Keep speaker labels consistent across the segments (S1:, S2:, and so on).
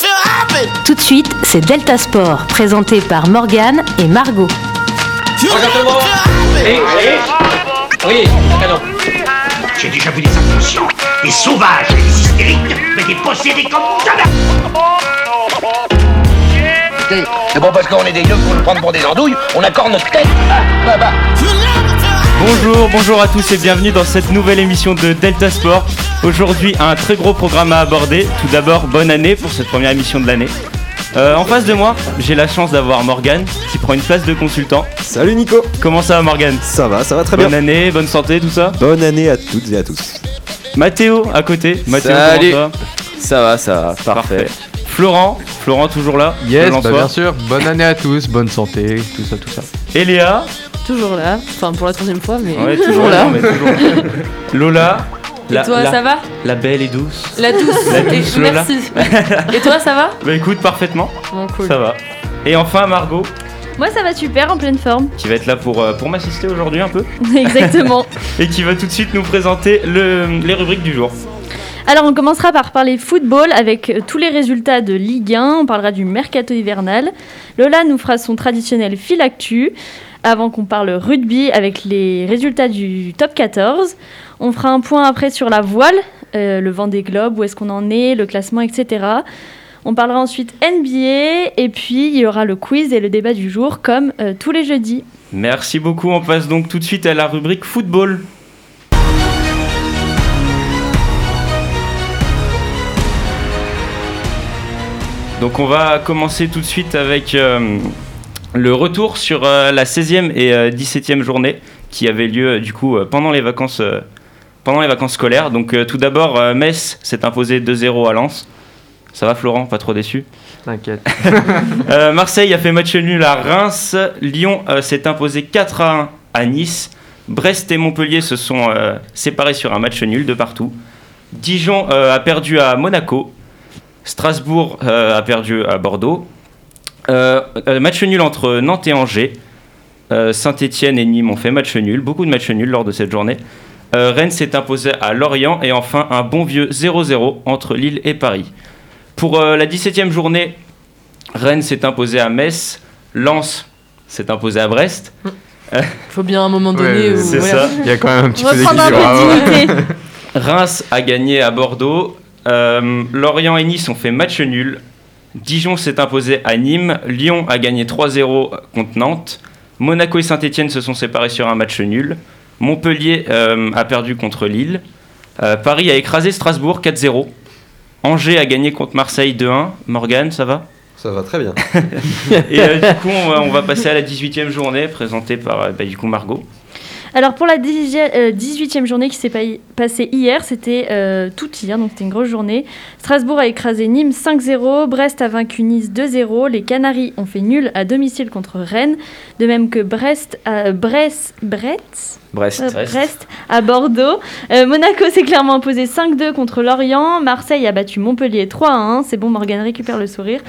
S1: frappé
S2: Tout de suite, c'est Delta Sport, présenté par Morgane et Margot.
S1: Tu
S3: Bonjour tout le monde. Oui, oui, oui, canon.
S4: J'ai déjà vu des inconscients, des sauvages, et des hystériques, mais des possédés comme jamais
S3: C'est bon parce qu'on est des gueux pour nous prendre pour des andouilles, on accorde notre tête. Ah, bah, bah.
S5: Bonjour, bonjour à tous et bienvenue dans cette nouvelle émission de Delta Sport. Aujourd'hui, un très gros programme à aborder. Tout d'abord, bonne année pour cette première émission de l'année. Euh, en face de moi, j'ai la chance d'avoir Morgane qui prend une place de consultant.
S6: Salut Nico
S5: Comment ça va Morgane
S6: Ça va, ça va très
S5: Bonne
S6: bien.
S5: année, bonne santé, tout ça.
S6: Bonne année à toutes et à tous.
S5: Mathéo à côté. Mathéo,
S7: Salut.
S5: comment ça va
S7: Ça va, ça va, parfait.
S5: Florent, Florent toujours là.
S8: Yes,
S5: Florent
S8: bah
S5: Soir.
S8: bien sûr. Bonne année à tous, bonne santé, tout ça, tout ça.
S5: Et Léa,
S9: Toujours là, enfin pour la troisième fois, mais
S5: Ouais,
S9: toujours là.
S5: non, mais toujours là. Lola,
S9: Et toi,
S5: la,
S9: ça va
S5: la belle et douce.
S9: La douce,
S5: La
S9: Et-
S5: douce Lola.
S9: merci. Et toi, ça va
S5: Bah écoute, parfaitement,
S9: Bon, cool.
S5: ça va. Et enfin Margot,
S10: Moi ça va super en pleine forme.
S5: qui va être là pour, euh, pour m'assister aujourd'hui un peu,
S10: Exactement.
S5: et qui va tout de suite nous présenter le- les rubriques du jour.
S10: Alors on commencera par parler football avec euh, tous les résultats de Ligue 1. On parlera du mercato hivernal. Lola nous fera son traditionnel fil actu. Avant qu'on parle rugby avec les résultats du top 14. On fera un point après sur la voile, euh, le vent des globes, où est-ce qu'on en est, le classement, etc. On parlera ensuite NBA et puis il y aura le quiz et le débat du jour comme euh, tous les jeudis.
S5: Merci beaucoup, on passe donc tout de suite à la rubrique football. Donc on va commencer tout de suite avec euh, le retour sur euh, la 16e et euh, 17e journée qui avait lieu euh, du coup euh, pendant les vacances euh, pendant les vacances scolaires. Donc euh, tout d'abord euh, Metz s'est imposé 2-0 à Lens. Ça va Florent, pas trop déçu
S8: T'inquiète.
S5: euh, Marseille a fait match nul à Reims. Lyon euh, s'est imposé 4 à 1 à Nice. Brest et Montpellier se sont euh, séparés sur un match nul de partout. Dijon euh, a perdu à Monaco. Strasbourg euh, a perdu à Bordeaux. Euh, euh, match nul entre Nantes et Angers. Saint-Etienne et Nîmes ont fait match nul. Beaucoup de matchs nuls lors de cette journée. Euh, Rennes s'est imposée à Lorient. Et enfin, un bon vieux 0-0 entre Lille et Paris. Pour euh, la 17e journée, Rennes s'est imposé à Metz, Lens s'est imposé à Brest.
S9: Faut bien un moment donné
S8: Ouais,
S9: où.
S5: C'est
S9: voilà.
S5: ça.
S8: Il y a quand même un petit
S10: On va
S8: peu
S10: prendre un peu
S8: d'équilibre à avoir.
S10: de dignité.
S5: Reims a gagné à Bordeaux. Euh, Lorient et Nice ont fait match nul. Dijon s'est imposé à Nîmes. Lyon a gagné 3-0 contre Nantes. Monaco et Saint-Etienne se sont séparés sur un match nul. Montpellier euh, a perdu contre Lille. Euh, Paris a écrasé Strasbourg 4-0. Angers a gagné contre Marseille 2-1. Morgane, ça va
S6: Ça va très bien.
S5: Et euh, du coup, on va, on va passer à la 18e journée présentée par euh, bah, du coup Margot.
S10: Alors pour la 18e euh, 18e journée qui s'est pa- passée hier, c'était euh, tout hier, donc c'était une grosse journée. Strasbourg a écrasé Nîmes 5-0, Brest a vaincu Nice 2-0, les Canaries ont fait nul à domicile contre Rennes, de même que Brest à Brest, Brest,
S5: Brest.
S10: Euh, Brest à Bordeaux. Euh, Monaco s'est clairement imposé 5-2 contre Lorient, Marseille a battu Montpellier 3-1, c'est bon Morgan récupère le sourire.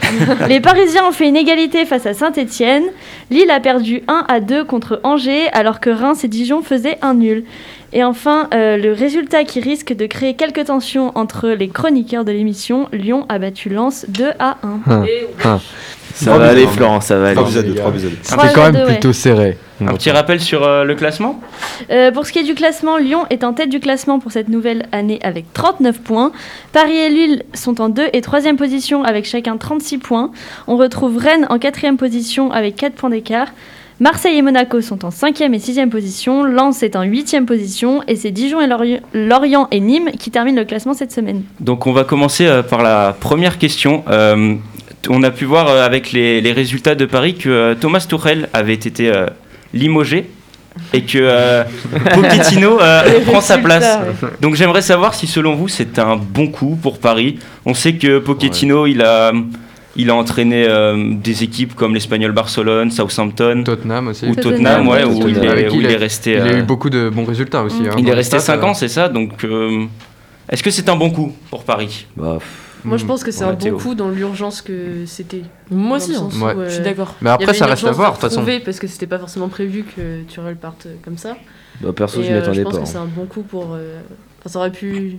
S10: les Parisiens ont fait une égalité face à Saint-Étienne. Lille a perdu 1 à 2 contre Angers, alors que Reims et Dijon faisaient un nul. Et enfin, euh, le résultat qui risque de créer quelques tensions entre les chroniqueurs de l'émission, Lyon a battu Lens 2 à 1.
S7: Ça va aller, Florent, ça va aller.
S6: 3 buts à 2, 3 buts à 2.
S8: C'était quand même plutôt serré.
S5: Un petit rappel sur euh, le classement
S10: Euh, pour ce qui est du classement, Lyon est en tête du classement pour cette nouvelle année avec 39 points. Paris et Lille sont en 2 et 3 position avec chacun 36 points. On retrouve Rennes en 4 position avec 4 points d'écart. Marseille et Monaco sont en 5 et 6 position. Lens est en 8 position. Et c'est Dijon et Lorient- Lorient et Nîmes qui terminent le classement cette semaine.
S5: Donc on va commencer euh, par la première question. Euh, on a pu voir euh, avec les, les résultats de Paris que euh, Thomas Tuchel avait été euh, limogé et que euh, Pochettino euh,
S9: Les
S5: prend sa
S9: résultats,
S5: place.
S9: ouais.
S5: Donc j'aimerais savoir si selon vous c'est un bon coup pour Paris. On sait que Pochettino il a il a entraîné euh, des équipes comme l'Espagnol Barcelone, Southampton
S8: Tottenham aussi.
S5: ou Tottenham,
S10: Tottenham,
S5: ouais,
S10: oui,
S5: où, il
S8: Tottenham.
S5: est, où il est
S8: Avec
S5: resté.
S8: Il a
S5: euh,
S8: eu beaucoup de bons résultats aussi. hein,
S5: il
S8: dans
S5: est
S8: les
S5: resté
S8: stats,
S5: 5
S8: euh,
S5: ans, c'est ça. Donc euh, est-ce que c'est un bon coup pour Paris
S7: Bah, pff,
S9: Moi, je pense que c'est
S5: Ouais,
S9: un
S5: Théo.
S9: bon coup dans l'urgence que c'était. Moi
S10: aussi, hein.
S8: Ouais.
S9: je suis d'accord.
S8: Mais
S9: euh, Il y
S8: après,
S9: avait
S8: ça
S9: une
S8: reste à
S9: urgence
S8: voir, de
S9: se
S8: toute façon.
S9: retrouver Parce que c'était pas forcément prévu que Turel parte euh, comme ça.
S7: bah, perso,
S9: Et,
S7: je
S9: euh,
S7: m'y attendais
S9: pense
S7: pas.
S9: que c'est
S7: hein.
S9: un bon coup pour. euh, Enfin, ça aurait pu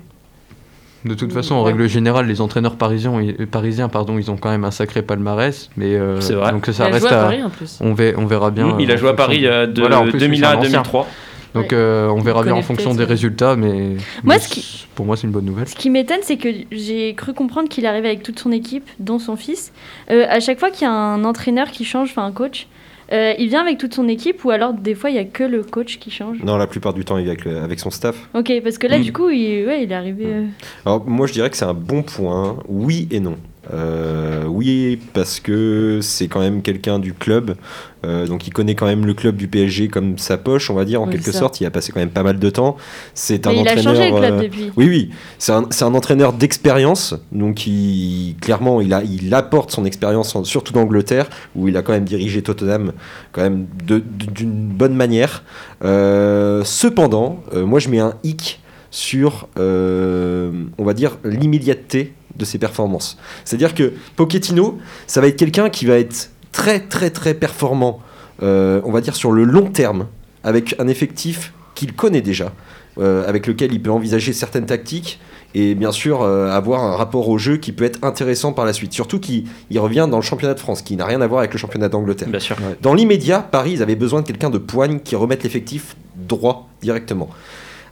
S8: De toute façon, en règle générale, les entraîneurs parisiens, ils- parisiens pardon, ils ont quand même un sacré palmarès. Mais, euh,
S5: C'est vrai.
S8: Donc
S9: Il
S8: ça
S9: a
S8: reste
S9: joué à
S8: à...
S9: Paris en plus.
S8: On, ve- on verra bien.
S5: Mmh, il
S8: euh,
S5: a
S8: en
S5: joué à
S8: fonction.
S5: Paris euh, de
S8: Voilà, en plus,
S5: 2001
S8: c'est
S5: à
S8: un ancien.
S5: 2003.
S8: Donc
S9: Ouais.
S8: euh, on verra
S9: Il
S8: bien en
S9: connaît
S8: fonction
S9: peut-être,
S8: des
S9: ouais.
S8: résultats, mais
S10: Moi,
S8: mais
S10: ce qui-
S8: pour moi c'est une bonne nouvelle.
S10: Ce qui m'étonne, c'est que j'ai cru comprendre qu'il arrive avec toute son équipe, dont son fils. Euh, à chaque fois qu'il y a un entraîneur qui change, enfin un coach, euh, il vient avec toute son équipe ou alors des fois il y a que le coach qui change.
S6: Non, la plupart du temps, il est avec, le- avec son staff.
S10: Ok, parce que là
S6: Hmm.
S5: Mm.
S10: du coup, il, ouais, il est arrivé.
S6: Mm.
S10: euh,
S6: Alors, moi, je dirais que c'est un bon point. Oui et non. Euh, oui, parce que c'est quand même quelqu'un du club. Euh, donc, il connaît quand même le club du PSG comme sa poche, on va dire, en
S9: Oui,
S6: quelque
S9: ça.
S6: sorte. Il a passé quand même pas mal de temps. C'est un
S10: Mais il a
S6: entraîneur.
S10: changé le club
S6: euh,
S10: depuis.
S6: Oui, oui. C'est un, c'est un entraîneur d'expérience. Donc, il, clairement, il, a, il apporte son expérience, en- surtout d'Angleterre, où il a quand même dirigé Tottenham quand même de- de- d'une bonne manière. Euh, cependant, euh, moi, je mets un hic sur, euh, on va dire, l'immédiateté de ses performances. C'est-à-dire que Pochettino, ça va être quelqu'un qui va être très, très, très performant, euh, on va dire, sur le long terme, avec un effectif qu'il connaît déjà euh, avec lequel il peut envisager certaines tactiques et bien sûr euh, avoir un rapport au jeu qui peut être intéressant par la suite. Surtout qu'il il revient dans le championnat de France, qui n'a rien à voir avec le championnat d'Angleterre.
S5: Bien sûr.
S6: Dans l'immédiat, Paris, ils avaient besoin de quelqu'un de poigne qui remette l'effectif droit directement.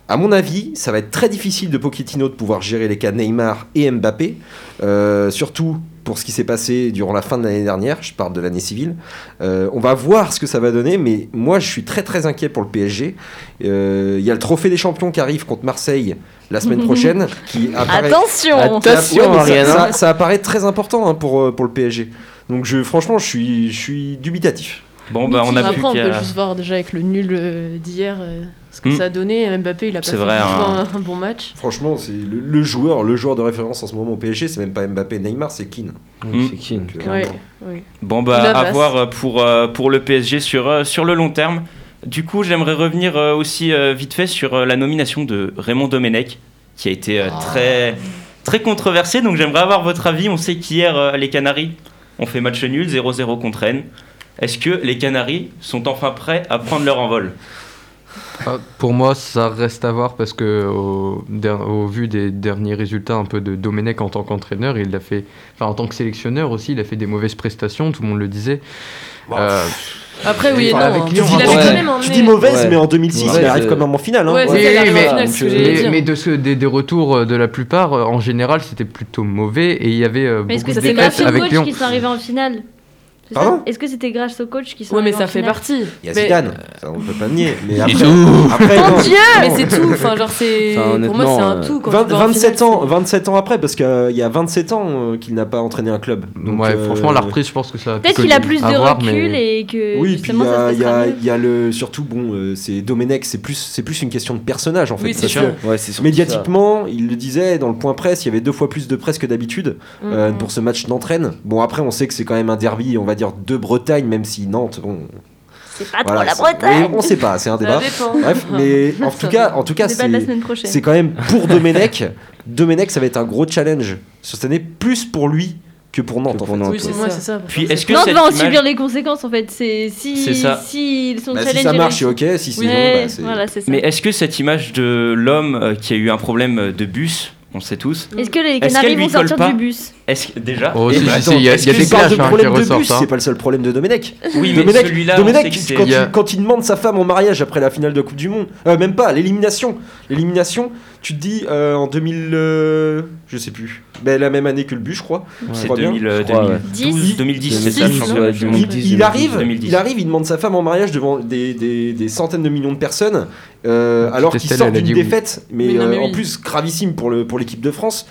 S6: À mon avis, ça va être très difficile de Pochettino de pouvoir gérer les cas Neymar et Mbappé, euh, surtout pour ce qui s'est passé durant la fin de l'année dernière. Je parle de l'année civile. Euh, on va voir ce que ça va donner, mais moi, je suis très très inquiet pour le PSG. Euh, Il y a le trophée des champions qui arrive contre Marseille la semaine prochaine, qui apparaît.
S10: Attention
S6: Ouais,
S7: Attention,
S6: mais ça-
S7: Ariane.
S6: ça, ça apparaît très important hein, pour, euh, pour le PSG. Donc je, franchement, je suis, je suis dubitatif.
S5: Bon, bah, on a
S9: Après,
S5: plus
S9: on peut
S5: qu'à.
S9: juste voir déjà avec le nul euh, d'hier euh, ce que
S5: Mm.
S9: ça a donné. Mbappé, il a pas
S5: C'est
S9: fait
S5: vrai,
S9: du tout
S5: hein.
S9: un, un bon match.
S6: Franchement, c'est le, le joueur, le joueur de référence en ce moment au PSG, c'est même pas Mbappé, Neymar, c'est Keane.
S8: Hmm.
S5: Mm.
S7: C'est qui
S6: Donc, euh,
S9: Ouais, ouais.
S5: Bon, bah,
S9: La
S5: à
S9: basse.
S5: voir euh, pour, euh, pour le PSG sur, euh, sur le long terme. Du coup, j'aimerais revenir euh, aussi euh, vite fait sur euh, la nomination de Raymond Domenech, qui a été
S6: Ah.
S5: euh, très, très controversée. Donc, j'aimerais avoir votre avis. On sait qu'hier, euh, les Canaries ont fait match nul, 0-0 contre Rennes. Est-ce que les Canaries sont enfin prêts à prendre leur envol
S8: Ah, pour moi, ça reste à voir parce que au, der- au vu des derniers résultats un peu de Domenech en tant qu'entraîneur, il a fait, enfin en tant que sélectionneur aussi, il a fait des mauvaises prestations. Tout le monde le disait. Euh,
S9: Après, oui et non.
S8: Enfin, avec
S9: hein.
S8: Lyon,
S9: Il
S6: hein,
S9: avait
S7: ouais.
S9: quand même
S6: Je
S9: emmené-
S6: dis mauvaise,
S7: Ouais.
S6: mais en 2006,
S7: Ouais,
S6: il arrive
S7: c'est-
S6: quand même en finale. hein.
S9: Ouais,
S7: Ouais,
S9: c'est ça, il
S8: mais-
S9: arrive en finale, ce que
S7: mais-
S9: j'allais
S8: mais,
S9: dire.
S8: mais de ce, des, des retours euh, de la plupart, euh, en général, c'était plutôt mauvais et il y avait euh,
S10: Mais est-ce
S8: beaucoup
S10: que
S8: de
S10: c'était grâce
S8: défaites
S10: au
S8: avec
S10: coach
S8: Lyon.
S10: qui sont arrivés en finale C'est ça
S6: Pardon
S10: Est-ce que c'était grâce au coach qui sont
S9: Ouais, mais
S10: arrivés en
S9: ça fait
S10: finale
S9: partie.
S6: Il y a
S9: Mais-
S6: Zidane, ça, on peut pas nier. Mais après,
S7: tout.
S6: après,
S10: Mon
S6: non.
S10: Dieu
S9: Mais c'est tout, enfin genre c'est
S7: Enfin,
S9: pour moi c'est un
S7: honnêtement, euh,
S9: tout quand
S6: 20
S9: tu vas en
S6: 27
S9: finale,
S6: ans, 27 ans après, parce qu'il y a 27 ans euh, qu'il n'a pas entraîné un club. Donc,
S8: ouais,
S6: euh,
S8: franchement, la reprise, je pense que ça.
S10: Peut-être qu'il a plus de
S8: à voir,
S10: recul
S8: mais-
S10: et que
S6: Oui, puis il
S10: justement
S6: y a,
S10: ça se
S6: il y
S10: passera
S6: a-
S10: mieux.
S6: il y a le surtout bon, euh, c'est Domenech, c'est plus c'est plus une question de personnage en fait.
S9: Oui, c'est
S6: Parce
S9: sûr.
S6: que
S7: Ouais, c'est surtout
S6: Médiatiquement, il le disait dans le point presse, il y avait deux fois plus de presse que d'habitude
S10: Mm.
S6: euh, pour ce match d'entraîne. Bon, après, on sait que c'est quand même un derby, on va dire de Bretagne, même si Nantes. Bon,
S10: C'est pas
S6: voilà, c'est-
S10: trop la Bretagne
S6: mais on sait pas, c'est un
S9: c'est-
S6: débat.
S9: Ça dépend.
S6: Bref, mais en tout cas, en tout cas,
S10: Débat de la
S6: c'est
S10: semaine
S6: c'est
S10: prochaine.
S6: quand même pour Domenech. Domenech, ça va être un gros challenge sur cette année, plus pour lui que pour Nantes.
S7: Que
S6: en
S7: pour
S6: fait.
S7: Nantes.
S9: Oui, c'est
S7: Puis
S9: moi, c'est ça.
S5: Puis, est-ce que
S10: Nantes
S5: cette
S10: va en
S5: image-
S10: subir les conséquences en fait. C'est si,
S5: C'est ça.
S10: si ils sont
S6: Bah, si
S10: challengés.
S6: ça marche, c'est ok. Si c'est
S10: Oui,
S6: non, bah, c'est-
S10: voilà, c'est ça.
S5: Mais est-ce que cette image de l'homme euh, qui a eu un problème euh, de bus, on le sait tous,
S10: Est-ce que les
S5: qu'elle
S10: Canaries
S5: lui
S10: vont
S5: colle
S10: sortir
S5: pas
S10: du bus
S5: est-ce que déjà
S8: Oh,
S5: Eh
S8: si,
S5: ben,
S8: si, si, il y a, il y a
S6: bah, Est-ce
S8: des
S6: que tu parles
S8: clashs
S6: de
S8: hein, qui
S6: problème de
S8: ressortent.
S6: bus,
S8: hein.
S6: c'est pas le seul problème de Domenech.
S5: Oui, mais
S6: Domenech,
S5: celui-là,
S6: Domenech,
S5: on sait que c'est-
S6: quand,
S8: Il y a-
S6: il, quand il demande sa femme en mariage après la finale de Coupe du Monde, euh, même pas, l'élimination, l'élimination, tu te dis euh, en 2000, euh, je sais plus, ben, la même année que le but, je crois.
S5: C'est
S6: crois bien.
S5: 2000, euh,
S7: Je crois,
S5: 2012,
S6: ouais.
S5: 2010, c'est
S7: Six,
S5: ça, le
S7: non
S5: championnat du
S7: Ouais,
S5: monde.
S6: Il,
S7: 2010,
S6: il arrive,
S5: 2010.
S6: il arrive, il demande sa femme en mariage devant des, des- des centaines de millions de personnes, euh,
S8: Petite
S6: alors qu'il
S8: Estelle,
S6: sort
S8: elle a
S6: d'une
S8: dit oui.
S6: défaite, mais,
S9: Mais non,
S6: euh,
S9: mais
S6: en
S9: oui.
S6: plus gravissime pour le pour l'équipe de France.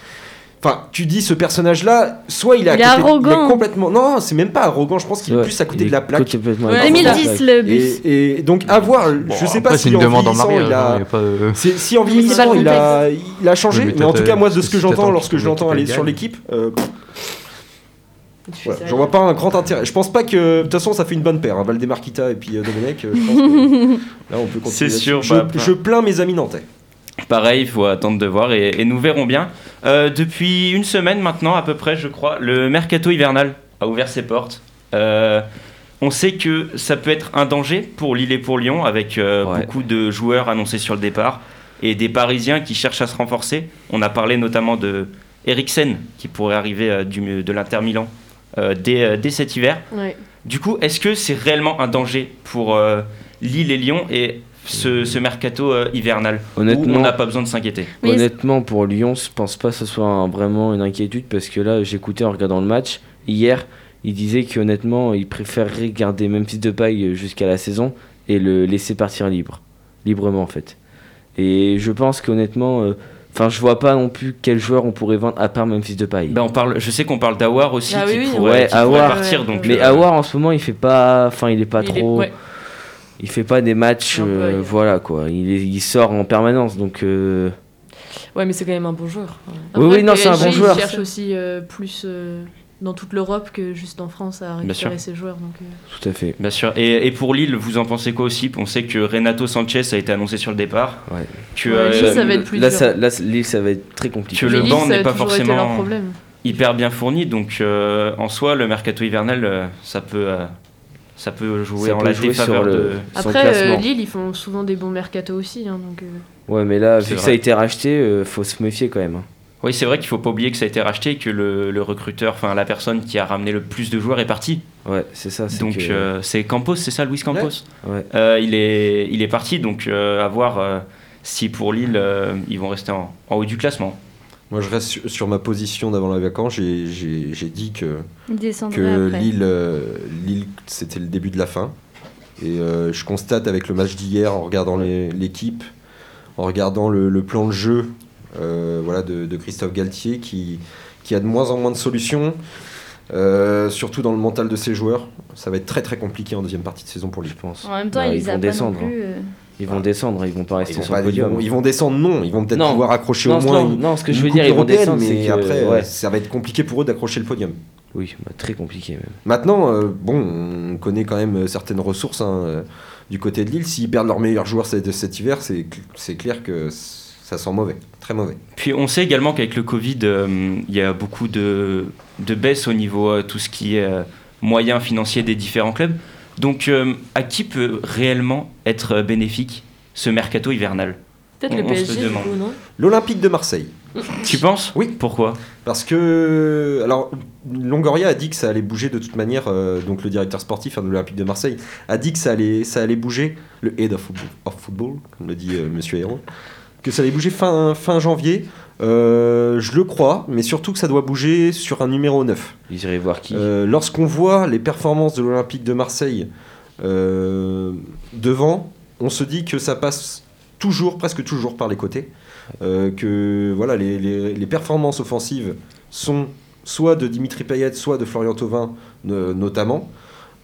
S6: Enfin, tu dis ce personnage-là, soit il est, à
S10: Il est
S6: côté-
S10: arrogant.
S6: complètement. Non, c'est même pas arrogant. Je pense qu'il est plus à côté de la plaque.
S9: Ouais,
S10: 2010 le bus.
S6: Et, et donc à voir, je sais pas
S8: Après, c'est
S6: si
S8: une
S6: en
S8: demande en
S6: vieillissant,
S8: mariage.
S6: il
S8: hein,
S6: a...
S8: il y a pas, euh,
S6: c'est- si en
S10: Mais c'est pas
S6: vieillissant
S10: le
S6: il a, il a changé,
S8: Oui, mais
S6: mais en tout
S8: t'attends-
S6: cas moi de ce que
S8: si t'attends
S6: j'entends
S8: que
S6: lorsque
S8: ton
S6: je l'entends
S8: équipe
S6: aller
S8: gagne.
S6: sur l'équipe, euh, pff,
S9: Tu fais
S6: voilà,
S9: ça.
S6: j'en vois pas un grand intérêt. Je pense pas que de toute façon ça fait une bonne paire, hein, Valdemar Kita et puis euh, Domenech. euh, je pense que, là on peut continuer.
S5: C'est
S6: là-dessus.
S5: sûr,
S6: Je,
S5: bah,
S6: je plains mes amis nantais.
S5: Pareil, il faut attendre de voir et, et nous verrons bien. Euh, depuis une semaine maintenant, à peu près, je crois, le mercato hivernal a ouvert ses portes. Euh, on sait que ça peut être un danger pour Lille et pour Lyon, avec euh,
S7: Ouais.
S5: beaucoup de joueurs annoncés sur le départ et des Parisiens qui cherchent à se renforcer. On a parlé notamment de Eriksen qui pourrait arriver euh, du, de l'Inter Milan euh, dès, euh, dès cet hiver.
S9: Ouais.
S5: Du coup, est-ce que c'est réellement un danger pour euh, Lille et Lyon et ce, ce mercato euh, hivernal où
S7: Honnêtement,
S5: on n'a pas besoin de s'inquiéter
S10: Mais-
S7: Honnêtement, pour Lyon, je pense pas que ce soit un- vraiment une inquiétude parce que là, j'écoutais en regardant le match hier, il disait qu'honnêtement, il préférerait garder Memphis de paille jusqu'à la saison et le laisser partir libre, librement en fait. Et je pense qu'honnêtement, euh, enfin, je vois pas non plus quel joueur on pourrait vendre à part Memphis de paille.
S5: Ben, on parle, Je sais qu'on parle d'Awar aussi
S9: Ah
S5: qui
S9: oui, oui,
S5: pourrait,
S7: Ouais,
S5: qui pourrait
S7: Aouar.
S5: partir.
S9: Ouais.
S5: Donc,
S7: Mais
S5: euh,
S7: Awar en ce moment, il fait pas, enfin, il est pas
S9: Il est-
S7: trop,
S9: ouais.
S7: il fait pas des matchs,
S9: Un peu
S7: euh,
S9: ailleurs.
S7: voilà quoi. Il, est- il sort en permanence, donc. euh,
S9: Ouais, mais c'est quand même un bon joueur.
S7: Oui,
S9: Après,
S7: oui, non, c'est un
S9: PSG,
S7: bon joueur.
S9: Il cherche aussi euh, plus euh, dans toute l'Europe que juste en France à récupérer
S5: sûr.
S9: ses joueurs. Donc, euh,
S7: Tout à fait.
S5: Bien sûr. Et, et pour Lille, vous en pensez quoi aussi On sait que Renato Sanchez a été annoncé sur le départ.
S7: Ouais.
S5: Que,
S9: Ouais,
S5: euh,
S9: Lille, ça va être plus
S7: là,
S9: dur.
S7: ça, là, c- Lille, ça va être très
S5: Que
S7: compliqué.
S5: le
S9: les
S5: banc
S9: Lilles,
S5: n'est
S9: ça a
S5: pas
S9: toujours été
S5: forcément-
S9: leur problème.
S5: hyper bien fourni. Donc euh, en soi, le mercato hivernal, euh, ça peut, euh, ça peut jouer
S7: Ça
S5: en
S7: peut
S5: la
S7: jouer sur
S5: défaveur
S7: le-
S5: de.
S7: Son
S9: Après, euh,
S7: classement.
S9: Lille, ils font souvent des bons mercato aussi. hein, donc, euh,
S7: Ouais, mais là,
S5: C'est
S7: vu que
S5: vrai.
S7: ça a été racheté, euh, faut se méfier quand même. hein.
S5: Oui, c'est vrai qu'il faut pas oublier que ça a été racheté et que le, le recruteur, enfin la personne qui a ramené le plus de joueurs est partie.
S7: Ouais, c'est ça. c'est
S5: Donc
S7: que-
S5: euh, c'est Campos, c'est ça, Luis Campos.
S7: Ouais.
S5: Euh, il est, il est parti. Donc euh, à voir euh, si pour Lille, euh, ils vont rester en, en haut du classement.
S6: Moi, je reste sur, sur ma position d'avant la vacances. J'ai- J'ai j'ai dit que,
S10: Il descendrait
S6: que
S10: après.
S6: Lille, euh, Lille, c'était le début de la fin. Et euh, je constate avec le match d'hier, en regardant les- l'équipe, en regardant le, le plan de jeu euh, voilà, de, de Christophe Galtier, qui, qui a de moins en moins de solutions, euh, surtout dans le mental de ses joueurs. Ça va va être très très compliqué en deuxième partie de saison pour Lille.
S7: je pense.
S10: En même temps,
S7: Bah,
S10: il
S7: ils
S10: les a
S7: vont
S10: pas
S7: descendre,
S6: hein.
S10: non plus. euh,
S7: Ils vont descendre, hein, ils vont pas rester
S6: Ils vont,
S7: sur
S6: pas-
S7: le
S6: ils,
S7: podium.
S6: vont, ils vont descendre, non. Ils vont peut-être
S7: Non.
S6: pouvoir accrocher
S7: non,
S6: au moins
S7: non,
S6: une-
S7: non, ce que
S6: une
S7: je veux
S6: coupe
S7: dire, ils vont
S6: européenne,
S7: descendre,
S6: mais
S7: c'est que
S6: après,
S7: ouais.
S6: euh, ça va être compliqué pour eux d'accrocher le podium.
S7: Oui, bah, très compliqué même.
S6: Maintenant, euh, bon, on connaît quand même euh, certaines ressources hein, euh, du côté de Lille. S'ils perdent leur meilleur joueur cet, cet hiver, c'est cl- c'est clair que c- ça sent mauvais, très mauvais.
S5: Puis on sait également qu'avec le Covid, euh, il y a beaucoup de, de baisses au niveau euh, tout ce qui est euh, moyens financiers des différents clubs. Donc euh, à qui peut réellement être euh, bénéfique ce mercato hivernal
S9: Peut-être
S5: On-
S9: le
S5: on se
S9: PSG, du
S5: demande.
S9: coup, non
S6: L'Olympique de Marseille.
S5: Tu penses
S6: Oui.
S5: Pourquoi
S6: Parce que, alors, Longoria a dit que ça allait bouger de toute manière, euh, donc le directeur sportif hein, de l'Olympique de Marseille a dit que ça allait, ça allait bouger, le head of football, of football, comme le dit euh, monsieur Héron, que ça allait bouger fin, fin janvier. Euh, je le crois, mais surtout que ça doit bouger sur un numéro 9.
S7: Ils iraient voir qui.
S6: Euh, Lorsqu'on voit les performances de l'Olympique de Marseille euh, devant, on se dit que ça passe toujours, presque toujours par les côtés. Euh, que voilà, les, les- les performances offensives sont soit de Dimitri Payet, soit de Florian Thauvin euh, notamment,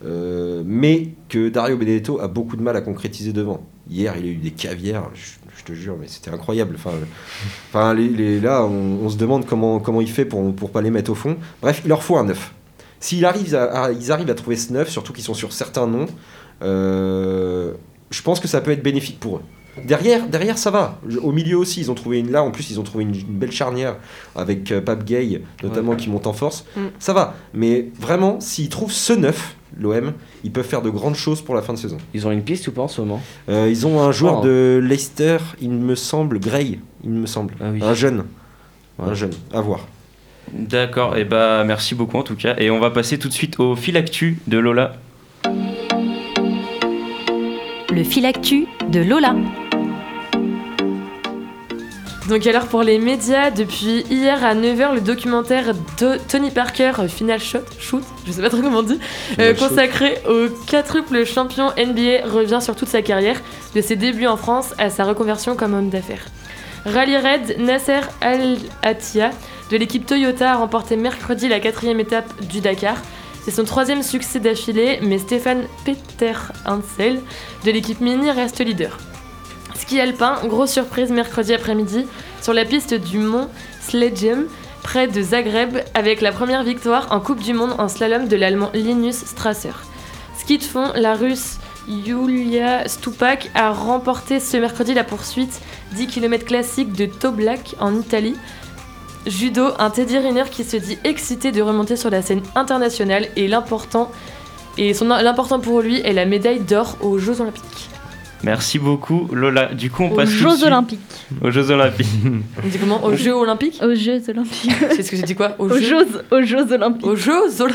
S6: euh, mais que Dario Benedetto a beaucoup de mal à concrétiser devant. Hier, il a eu des cavières, je, je te jure, mais c'était incroyable. Enfin, euh, enfin, les- les- là, on, on se demande comment, comment il fait pour, pour pas les mettre au fond. Bref, il leur faut un 9. S'ils arrivent à, à- ils arrivent à trouver ce 9, surtout qu'ils sont sur certains noms, euh, je pense que ça peut être bénéfique pour eux. Derrière, derrière ça va. Je- Au milieu aussi, ils ont trouvé une là. En plus, ils ont trouvé une, une belle charnière avec euh, Pape Gay, notamment, qui monte en force.
S9: Mm.
S6: Ça va. Mais vraiment, s'ils trouvent ce 9, l'OM, ils peuvent faire de grandes choses pour la fin de saison.
S7: Ils ont une piste ou pas en ce moment
S6: Euh, ils ont un joueur
S7: Oh.
S6: de Leicester, il me semble, Gray, il me semble.
S7: Ah oui.
S6: Un jeune.
S7: Ouais.
S6: Un jeune. À voir.
S5: D'accord, et bah merci beaucoup en tout cas. Et on va passer tout de suite au fil actu de Lola.
S2: Le fil actu de Lola.
S9: Donc alors pour les médias, depuis hier à 9h, le documentaire de Tony Parker, euh, Final Shot, Shoot, je sais pas trop comment on dit, euh,
S6: Final Shoot.
S9: consacré au quadruple champion NBA, revient sur toute sa carrière, de ses débuts en France à sa reconversion comme homme d'affaires. Rally Red, Nasser Al-Attiyah de l'équipe Toyota a remporté mercredi la quatrième étape du Dakar. C'est son troisième succès d'affilée, mais Stéphane Peter Hansel de l'équipe Mini reste leader. Ski alpin, grosse surprise mercredi après-midi sur la piste du mont Sledgem près de Zagreb avec la première victoire en Coupe du Monde en slalom de l'Allemand Linus Strasser. Ski de fond, la Russe Yulia Stupak a remporté ce mercredi la poursuite 10 km classique de Toblak en Italie. Judo, un Teddy Riner qui se dit excité de remonter sur la scène internationale et l'important et son- l'important pour lui est la médaille d'or aux Jeux Olympiques.
S5: Merci beaucoup, Lola. Du coup, on
S10: Aux
S5: passe tout de
S10: Jeux
S5: suite
S10: Olympiques.
S5: aux Jeux Olympiques.
S9: On dit comment Aux Jeux Olympiques
S10: Aux Jeux Olympiques.
S9: C'est ce que j'ai dit quoi
S10: Aux Jeux, aux Jeux Olympiques.
S9: Aux Jeux, Oly-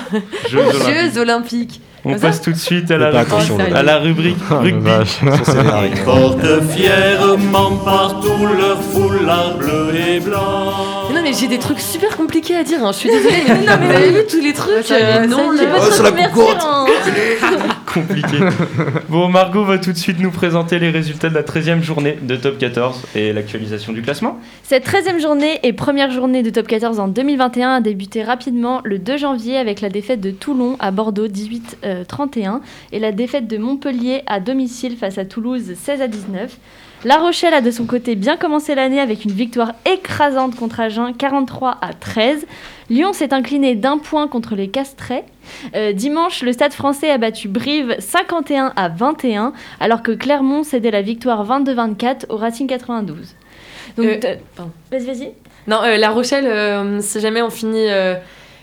S5: Jeux
S9: Aux
S5: Olympiques.
S9: Jeux Olympiques.
S5: On
S9: Comme ça
S5: passe tout de suite à
S6: Fais pas
S5: la,
S6: attention,
S9: Oh, ça
S6: Lola.
S5: à la rubrique
S8: Ah, la
S5: rugby.
S8: vache.
S6: Sur ces derniers.
S1: Portent fièrement partout leur foulard bleu et blanc.
S9: Mais non, mais j'ai des trucs super compliqués à dire, hein, je suis désolée. Mais non, mais vous avez vu tous les trucs
S10: Ça,
S9: euh,
S10: ça,
S9: Non,
S10: c'est
S9: là.
S10: pas
S6: Oh,
S10: trop
S6: c'est la
S10: commercial, hein.
S5: Compliqué. Bon, Margot va tout de suite nous présenter les résultats de la 13e journée de Top 14 et l'actualisation du classement.
S10: Cette 13e journée et première journée de top 14 en 2021 a débuté rapidement le 2 janvier avec la défaite de Toulon à Bordeaux 18-31 et la défaite de Montpellier à domicile face à Toulouse 16 à 19. La Rochelle a de son côté bien commencé l'année avec une victoire écrasante contre Agen 43 à 13. Lyon s'est incliné d'un point contre les Castrets. Euh, dimanche, le Stade français a battu Brive 51 à 21 alors que Clermont cédait la victoire 22-24 au Racing 92. Donc,
S9: Euh,
S10: euh,
S9: pardon.
S10: Vas-y, vas-y.
S9: Non, euh, La Rochelle, euh, si jamais on finit euh,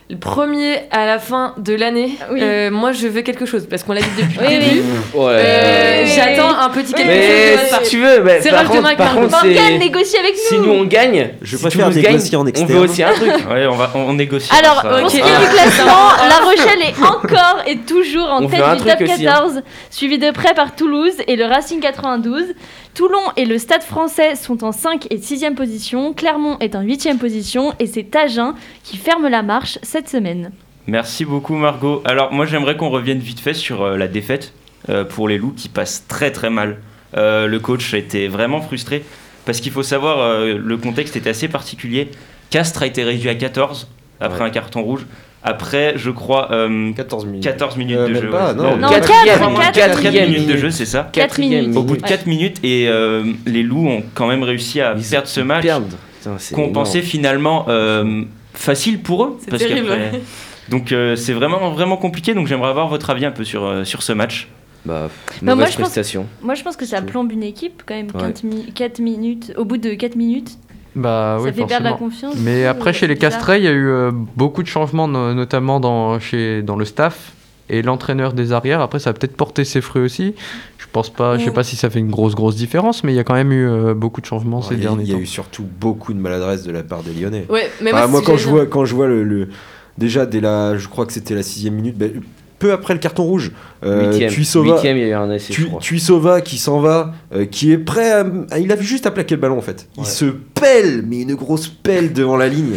S9: le premier à la fin de l'année,
S10: Oui.
S9: euh, moi je veux quelque chose parce qu'on l'a dit depuis le
S10: Oui,
S9: début. Euh,
S10: Oui.
S9: J'attends un petit quelque
S7: Mais
S9: chose de
S7: si
S9: votre
S7: tu veux, mais
S9: C'est
S7: par
S9: rage de
S7: contre,
S9: Mac,
S7: par
S9: pardon.
S7: contre,
S10: Morgane
S7: c'est-
S10: négocie avec nous.
S7: si nous on gagne,
S6: Je
S7: si
S6: préfère
S7: Toulouse
S6: négocier
S7: gagne,
S6: en
S7: on
S6: externe.
S7: veut aussi un truc.
S5: Ouais, on, va, on négocie.
S10: Alors,
S5: ça.
S10: au
S9: ok.
S10: pied
S9: Ah.
S10: du classement, La Rochelle est encore et toujours en
S7: On
S10: tête
S7: veut un
S10: du
S7: truc
S10: top
S7: aussi, hein.
S10: 14, suivi de près par Toulouse et le Racing 92. Toulon et le Stade français sont en 5 et 6e position, Clermont est en 8e position et c'est Agen qui ferme la marche cette semaine.
S5: Merci beaucoup, Margot. Alors, moi, j'aimerais qu'on revienne vite fait sur euh, la défaite euh, pour les loups qui passent très très mal. Euh, le coach était vraiment frustré parce qu'il faut savoir, euh, le contexte était assez particulier. Castres a été réduit à 14 après
S7: Ouais.
S5: un carton rouge. Après, je crois, euh,
S6: 14 minutes.
S5: 14 minutes
S6: Euh,
S5: de
S6: même
S5: jeu.
S6: pas,
S5: ouais.
S6: non.
S10: Non,
S7: Quatre-
S10: quatre,
S7: quatrième,
S10: quatre
S7: quatrième
S5: minutes de
S7: minute.
S5: jeu, c'est ça
S7: Quatrième
S10: minutes.
S5: Au bout de
S10: Ouais.
S5: 4 minutes, et euh, les loups ont quand même réussi à
S7: Ils
S5: perdre ce match
S7: Perdre. Putain, c'est
S5: qu'on pensait finalement euh, facile pour eux.
S9: C'est
S5: parce
S9: terrible,
S5: qu'après-
S9: ouais.
S5: Donc euh, c'est vraiment, vraiment compliqué, donc j'aimerais avoir votre avis un peu sur, euh, sur ce match.
S7: énorme. Bah,
S10: moi,
S7: mauvaise
S10: je pense-
S7: prestation.
S10: Moi je pense que ça plombe une équipe quand même,
S7: Ouais.
S10: 4, minutes, au bout de 4 minutes,
S7: Ah
S8: Bah
S10: ça
S8: oui,
S10: fait perdre la
S8: forcément.
S10: confiance.
S8: Mais après, chez les
S10: Castrets
S8: Castrets, il y a eu euh, beaucoup de changements, no- notamment dans, chez, dans le staff et l'entraîneur des arrières. Après, ça a peut-être porté ses fruits aussi. Je pense pas, je sais
S9: Ou-
S8: pas si ça fait une grosse grosse différence, mais il y a quand même eu euh, beaucoup de changements ces
S6: Il y a-
S8: derniers
S6: il y a
S8: temps.
S6: eu surtout beaucoup de maladresse de la part des Lyonnais.
S9: Ouais, mais
S6: Bah,
S9: moi,
S6: moi, quand
S9: c'est ce que j'allais
S6: je
S9: dire.
S6: vois, quand je vois le, le- déjà dès la, je crois que c'était la sixième minute, bah, peu après le carton rouge, euh,
S7: Huitième.
S6: Tuisova-
S7: Huitième, il y a eu un essai, je
S6: Tu,
S7: crois.
S6: Tuisova qui s'en va, euh, qui est prêt à, à- Il a juste à plaquer le ballon en fait. Il se pèle, mais une grosse pelle devant la ligne.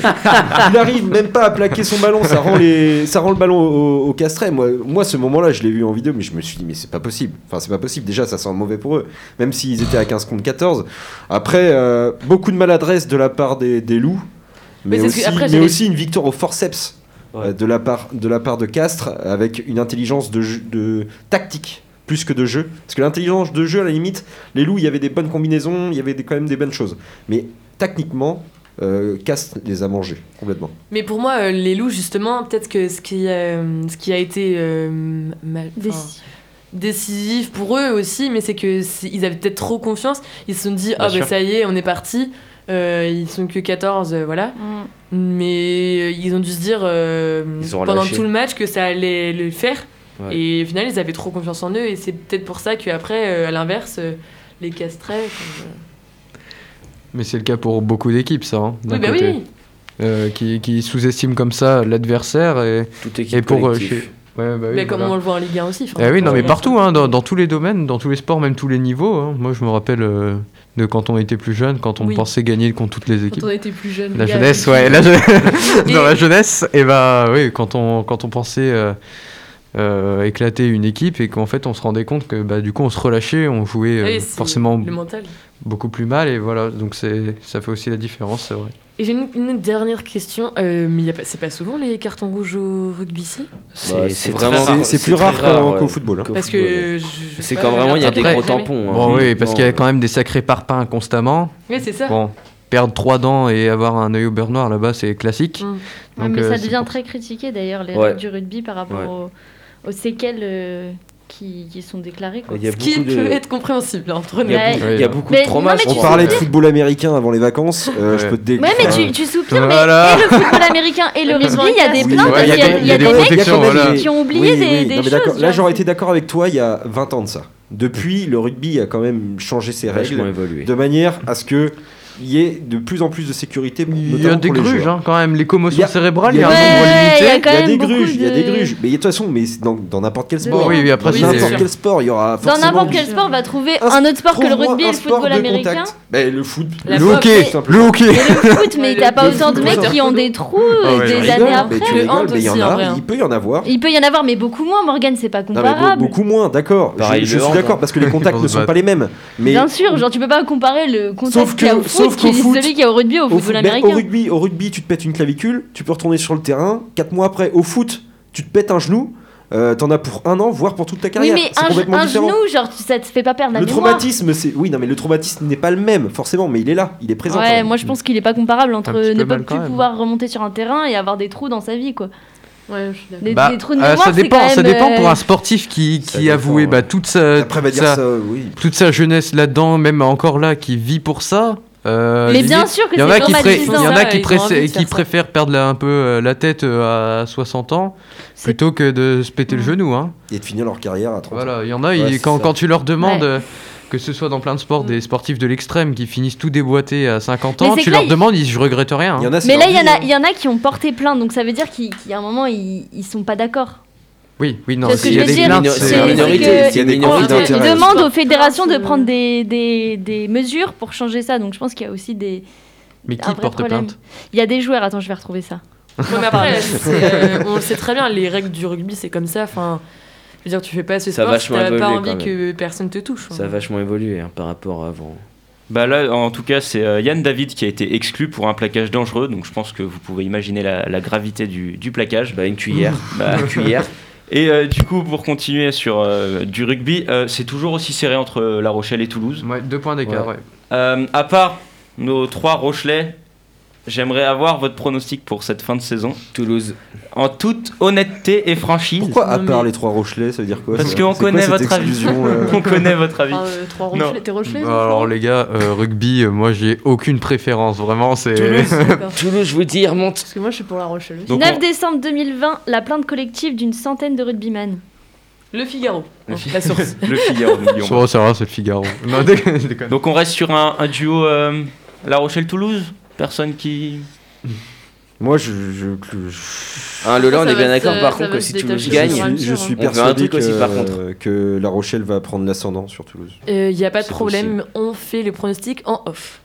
S6: il arrive même pas à plaquer son ballon, ça rend, les, ça rend le ballon au, au castret. Moi, moi, ce moment-là, je l'ai vu en vidéo, mais je me suis dit, mais c'est pas possible. Enfin, c'est pas possible. Déjà, ça sent mauvais pour eux, même s'ils étaient à 15 contre 14. Après, euh, beaucoup de maladresse de la part des, des loups, mais,
S9: Mais c'est ce
S6: aussi,
S9: que- après,
S6: mais
S9: j'allais-
S6: aussi une victoire au forceps.
S7: Ouais.
S6: euh, De la, part, de la part de Castres avec une intelligence de, jeu- de tactique plus que de jeu. Parce que l'intelligence de jeu, à la limite, les loups, il y avait des bonnes combinaisons, il y avait des- quand même des bonnes choses. Mais techniquement, euh, Castres les a mangés complètement.
S9: Mais pour moi, euh, les loups, justement, peut-être que ce qui, euh, ce qui a été euh, mal- enfin, décisif pour eux aussi, mais c'est que c'est- ils avaient peut-être trop confiance. Ils se sont dit,
S5: Bien
S9: oh bah
S5: sûr.
S9: ça y est, on est parti. Euh, ils sont que 14, euh, voilà.
S7: Ah.
S9: Mais euh, ils ont dû se dire euh,
S7: Ils ont
S9: pendant
S7: relâché.
S9: tout le match que ça allait le faire.
S7: Ouais.
S9: Et au final, ils avaient trop confiance en eux. Et c'est peut-être pour ça qu'après, euh, à l'inverse, euh, les castrets. comme, euh,
S8: Mais c'est le cas pour beaucoup d'équipes, ça. hein, d'un
S9: Oui, bah
S8: côté.
S9: oui.
S8: Euh, qui, qui sous-estiment comme ça l'adversaire et,
S7: Tout équipe
S8: et pour euh,
S7: collectif.
S8: chez- Ouais, bah oui,
S9: Mais comme
S8: voilà.
S9: on le voit en Ligue 1 aussi. enfin.
S8: Eh oui, non, mais
S9: Ouais.
S8: partout, hein, dans, dans tous les domaines, dans tous les sports, même tous les niveaux. hein. Moi, je me rappelle euh, de quand on était plus jeune, quand on
S9: Oui.
S8: pensait gagner contre toutes les équipes.
S9: Quand on était plus jeune.
S8: La
S9: les gars,
S8: jeunesse,
S9: les
S8: ouais, la je-
S9: Mais-
S8: dans la jeunesse, et bah oui, quand on, quand on pensait euh, euh, éclater une équipe et qu'en fait on se rendait compte que bah, du coup on se relâchait, on jouait euh,
S9: Ah Oui, c'est
S8: forcément
S9: le mental.
S8: beaucoup plus mal, et voilà, donc c'est- ça fait aussi la différence, c'est vrai.
S9: Et j'ai une, une dernière question. Euh, mais y a pas- c'est pas souvent les cartons rouges au rugby si
S7: Bah,
S5: C'est- c'est
S7: vraiment
S5: très
S7: rare.
S6: C'est- c'est plus
S7: très
S6: rare qu'en-
S7: ouais,
S6: qu'au football, hein.
S7: qu'au
S9: Parce
S7: football, ouais.
S9: que je- je-
S7: C'est
S9: je-
S7: quand
S9: je-
S7: vraiment il y a
S9: regarde
S7: des
S9: pas
S7: gros
S9: jamais.
S7: tampons. hein.
S8: Bon, oui, parce
S7: Non,
S8: qu'il y a
S7: euh,
S8: quand même des sacrés parpaings constamment.
S9: Oui, c'est ça.
S8: Bon, perdre trois dents et avoir un œil au beurre noir là-bas, c'est classique.
S9: Mm.
S8: Donc,
S10: mais
S8: euh,
S10: ça
S8: c'est
S10: devient
S8: pour-
S10: très critiqué d'ailleurs, les
S7: Ouais.
S10: règles du rugby par rapport aux, aux séquelles euh, qui, qui sont déclarés. Quoi.
S7: Il y a
S9: Ce qui
S7: beaucoup de-
S9: peut être compréhensible hein, entre nous.
S7: Il y a
S10: Ouais.
S7: beaucoup- il y a beaucoup
S10: Mais-
S7: de
S10: non,
S7: traumas.
S10: mais
S7: sur
S10: tu
S6: On
S10: sais-
S7: ça.
S6: parlait de football américain avant les vacances. euh,
S8: Ouais.
S6: Je peux te dé-
S10: Ouais, mais
S6: enfin,
S10: tu, tu soupires,
S8: Voilà.
S10: mais et le football américain et le
S9: Mais
S10: rugby,
S9: bon,
S10: il y a des
S9: oui,
S10: plaintes,
S8: ouais,
S10: il y a, il y a des mecs
S6: Il y a
S8: protection,
S6: quand même
S8: voilà.
S6: des-
S10: qui ont oublié
S6: Oui,
S10: des,
S6: oui,
S10: des
S6: non, mais
S10: choses.
S6: d'accord. Là,
S10: genre,
S6: j'aurais
S10: c'est-
S6: été d'accord avec toi il y a 20 ans de ça. Depuis, le rugby a quand même changé ses
S7: Vachement
S6: règles
S7: évolué.
S6: de manière à ce que il y ait de plus en plus de sécurité.
S8: Il y a
S6: notamment
S8: des
S6: pour les
S8: gruges,
S6: joueurs.
S8: hein, quand même. L'écommotion
S6: Il y a-
S8: cérébrale,
S6: il
S8: il
S6: y
S8: y
S6: a-
S8: a un nombre
S10: Ouais,
S8: limité.
S10: il y a
S6: Il y a
S10: quand
S6: des
S10: même beaucoup
S6: gruges, il y a des
S10: de-
S6: gruges. Mais de toute façon, mais c'est dans dans n'importe quel sport.
S8: Bon, oui, oui, après,
S9: Oui,
S8: c'est-
S6: Dans
S9: c'est
S6: n'importe
S9: sûr.
S6: quel sport, il y aura
S10: Dans
S6: forcément
S10: n'importe
S6: du-
S10: quel sport, on va trouver
S6: Un-
S10: un, autre sport que le
S6: Trouve-moi
S10: rugby
S6: un
S10: et le
S6: sport
S10: football
S6: de
S10: américain.
S6: contact. Bah, le foot.
S9: La
S6: le
S9: boxe.
S6: hockey. Le hockey.
S10: Et le foot,
S9: Ouais,
S10: mais
S9: le-
S10: t'as pas
S9: le
S10: autant de
S9: foot,
S10: mecs
S9: ouais.
S10: qui ont des trous euh,
S8: Ah ouais,
S6: Tu
S8: je
S10: des
S6: rigoles,
S10: années
S6: mais tu
S10: après.
S9: Le
S6: rigoles,
S9: hand
S6: mais il y en
S9: aussi, en
S6: a,
S9: vrai, hein.
S6: il peut y en avoir.
S10: Il peut y en avoir, mais beaucoup moins. Morgan, c'est pas
S6: Non, mais be-
S10: comparable.
S6: beaucoup moins, d'accord. Je,
S7: Pareil,
S6: je
S7: le
S6: suis
S7: hand,
S6: d'accord
S7: hein.
S6: parce que les contacts ne
S8: Pour se
S6: sont pas
S8: battre.
S6: les mêmes. Mais
S10: Bien sûr, genre tu peux pas comparer le
S6: Sauf
S10: contact qu'il y a
S6: que-
S10: au
S6: sauf
S10: foot,
S6: qu'au
S10: qui est
S6: foot-
S10: celui qu'il y a au rugby, au
S6: au, foot-
S10: football
S6: ben, au
S10: américain.
S6: rugby, au rugby, tu te pètes une clavicule, tu peux retourner sur le terrain. Quatre mois après, au foot, tu te pètes un genou. euh, T'en as pour un an, voire pour toute ta
S10: Oui,
S6: carrière.
S10: mais
S6: c'est
S10: un,
S6: complètement
S10: un
S6: différent.
S10: genou, genre tu- ça te fait pas perdre la
S6: le
S10: mémoire.
S6: traumatisme, c'est oui, non, mais le traumatisme n'est pas le même forcément, mais il est là, il est présent. quand
S10: Ouais,
S6: même.
S10: moi je pense qu'il est pas comparable entre
S8: Un petit
S10: ne
S8: peu
S10: pas
S8: mal quand
S10: plus
S8: même.
S10: pouvoir remonter sur un terrain et avoir des trous dans sa vie quoi.
S9: Ouais, je suis d'accord.
S10: Des,
S8: Bah,
S10: des trous de
S8: euh,
S10: mémoire,
S8: ça
S10: c'est
S8: dépend,
S10: quand
S8: ça
S10: même,
S8: dépend pour
S10: euh,
S8: un sportif qui,
S7: Ça
S8: qui
S7: dépend,
S8: a voué
S7: ouais.
S8: bah, toute sa,
S6: Après, va
S8: toute
S6: dire
S8: sa-
S6: ça, oui.
S8: toute sa jeunesse là-dedans, même encore là, qui vit pour ça. euh,
S10: Mais bien
S8: limite,
S10: sûr que
S8: il y en
S10: c'est
S8: a qui, pré- il
S10: traumatisant.
S8: y en a
S9: ça,
S8: qui,
S9: ils ont
S8: pré-
S9: envie de
S8: qui
S9: faire ça.
S8: préfèrent perdre la- un peu euh, la tête euh, à 60 ans
S10: C'est-
S8: plutôt que de se péter le genou. Hein.
S6: Et de finir leur carrière à 30 ans.
S8: Voilà, il y en a,
S6: Ouais,
S8: ils-
S6: c'est
S8: quand,
S6: ça.
S8: quand tu leur demandes,
S10: Ouais.
S8: euh, que ce soit dans plein de sports,
S9: Mm.
S8: des sportifs de l'extrême qui finissent tout déboîtés à 50
S10: Mais
S8: ans,
S10: c'est
S8: tu
S10: que là,
S8: leur
S10: il-
S8: demandes, ils, je regrette rien. hein.
S6: Il y en a, c'est
S10: Mais là,
S6: leur
S10: il y, en a,
S6: vie,
S10: il y en a qui ont porté plainte, donc ça veut dire qu'il qu'il y a un moment, ils, ils sont pas d'accord.
S8: Oui, oui, non,
S10: C'est ce que
S8: il y
S10: je
S8: a
S10: veux
S8: des
S10: dire,
S8: plaintes,
S10: c'est-
S8: c'est-
S10: c'est que-
S7: minorité, c'est une
S6: des conflits
S10: On
S7: minorité.
S6: conflit d'intérêt. d'intérêts.
S10: demande
S9: Sport,
S10: aux fédérations de
S9: c'est-
S10: prendre des, des, des mesures pour changer ça, donc je pense qu'il y a aussi des.
S8: Mais
S10: un
S8: qui
S10: vrai
S8: porte
S10: problème.
S8: plainte
S10: Il y a des joueurs, attends, je vais retrouver ça.
S9: Non, mais après, c'est, euh, on le sait très bien, les règles du rugby, c'est comme ça. Enfin, je veux dire, tu fais pas ce
S7: Ça a
S9: sport si
S7: vachement
S9: t'as pas
S7: évolué,
S9: envie
S7: quand
S9: que personne te touche.
S7: Ça a vachement évolué hein, par rapport à avant.
S5: Bah là, en tout cas, c'est euh, Yann David qui a été exclu pour un plaquage dangereux, donc je pense que vous pouvez imaginer la, la gravité du, du plaquage.
S7: Bah, une cuillère.
S5: Bah,
S7: une cuillère.
S5: et euh, du coup, pour continuer sur euh, du rugby, euh, c'est toujours aussi serré entre euh, La Rochelle et Toulouse.
S8: Ouais, deux points d'écart, ouais.
S5: Euh, à part nos trois Rochelais, j'aimerais avoir votre pronostic pour cette fin de saison,
S7: Toulouse.
S5: en toute honnêteté et franchise.
S6: Pourquoi à
S9: Non,
S6: part
S9: mais-
S6: les trois Rochelais, ça veut dire quoi
S5: Parce
S6: ça
S5: qu'on
S6: C'est quoi
S5: connaît
S6: cette
S5: votre avis.
S6: exclusion, euh
S5: On connaît votre avis.
S9: Enfin, euh, trois
S5: Non.
S9: Rochelais, t'es Rochelais
S8: Bah,
S9: toi,
S8: alors
S10: hein.
S9: Florent
S8: les gars, euh, rugby, euh, moi j'ai aucune préférence, vraiment c'est...
S9: Toulouse, d'accord.
S7: Toulouse, je vous dis, remonte.
S9: Parce que moi, je suis pour la Rochelle aussi.
S5: Donc
S10: 9
S5: on-
S10: décembre 2020, la plainte collective d'une centaine de rugbymen.
S9: Le Figaro,
S5: Le
S9: hein,
S5: Fi-
S9: la source.
S5: Le Figaro de Lyon.
S8: Oh, ça va, c'est le Figaro. Non, dé- je déconne.
S5: Donc on reste sur un, un duo euh, La Rochelle-Toulouse Personne qui...
S6: Moi, je, je, je-
S5: Ah,
S6: je-
S7: Hein, Lola,
S9: Ça
S7: on est
S9: va
S7: bien
S9: se-
S7: d'accord par
S9: ça
S7: contre
S9: va
S7: que
S9: se
S7: si Toulouse
S9: détacher.
S6: je
S7: gagne.
S9: Ouais.
S6: suis, je suis
S7: On veut un
S6: persuadé
S7: truc
S6: que,
S7: aussi, par contre.
S6: que La Rochelle va prendre l'ascendant sur Toulouse.
S9: Il n'y Euh, a pas de
S7: C'est
S9: problème, on fait les pronostics en off.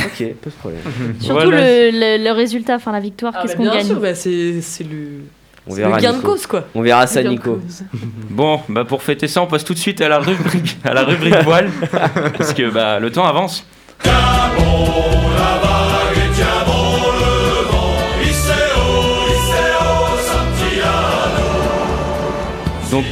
S7: Ok, pas de problème.
S10: Surtout
S5: Voilà.
S10: le, le- le résultat, enfin la victoire, qu'est-ce qu'on
S9: bien
S10: gagne
S9: sûr, bah, c'est c'est le,
S7: On
S9: c'est
S7: verra.
S9: le gain de
S7: Nico.
S9: cause, quoi.
S7: On verra ça,
S9: Le gain de
S7: Nico.
S9: cause.
S5: Bon, bah pour fêter ça, on passe tout de suite à la rubrique, à la rubrique voile, parce que bah, le temps avance. Donc,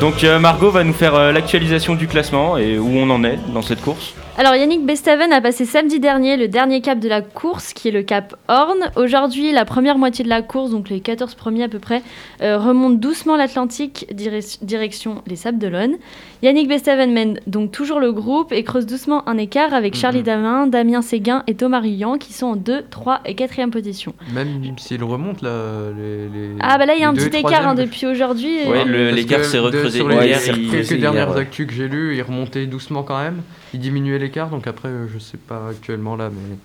S5: donc euh, Margot va nous faire euh, l'actualisation du classement et où on en est dans cette course.
S10: Alors Yannick Bestaven a passé samedi dernier le dernier cap de la course, qui est le cap Horn. Aujourd'hui, la première moitié de la course, donc les 14 premiers à peu près, euh, remonte doucement l'Atlantique, direc- direction les Sables d'Olonne. Yannick Bestaven mène donc toujours le groupe et creuse doucement un écart avec
S8: Mhm.
S10: Charlie Damin, Damien Séguin et Thomas Rullian, qui sont en 2, 3 et 4 position.
S8: Même s'il remonte là, les... les-
S10: Ah bah là, il y
S8: les
S10: a un
S8: deux
S10: petit
S8: et
S10: écart hein,
S8: troisièmes,
S10: depuis aujourd'hui.
S5: Ouais, le-
S8: Parce
S5: l'écart
S8: que
S5: s'est
S8: de-
S5: recreusé
S8: sur
S7: hier,
S8: les
S7: il
S8: quelques
S7: creusait hier,
S8: dernières
S7: ouais.
S8: actus que j'ai lues, il remontait doucement quand même. Il diminuait l'écart, donc après, euh, je sais pas actuellement là, mais.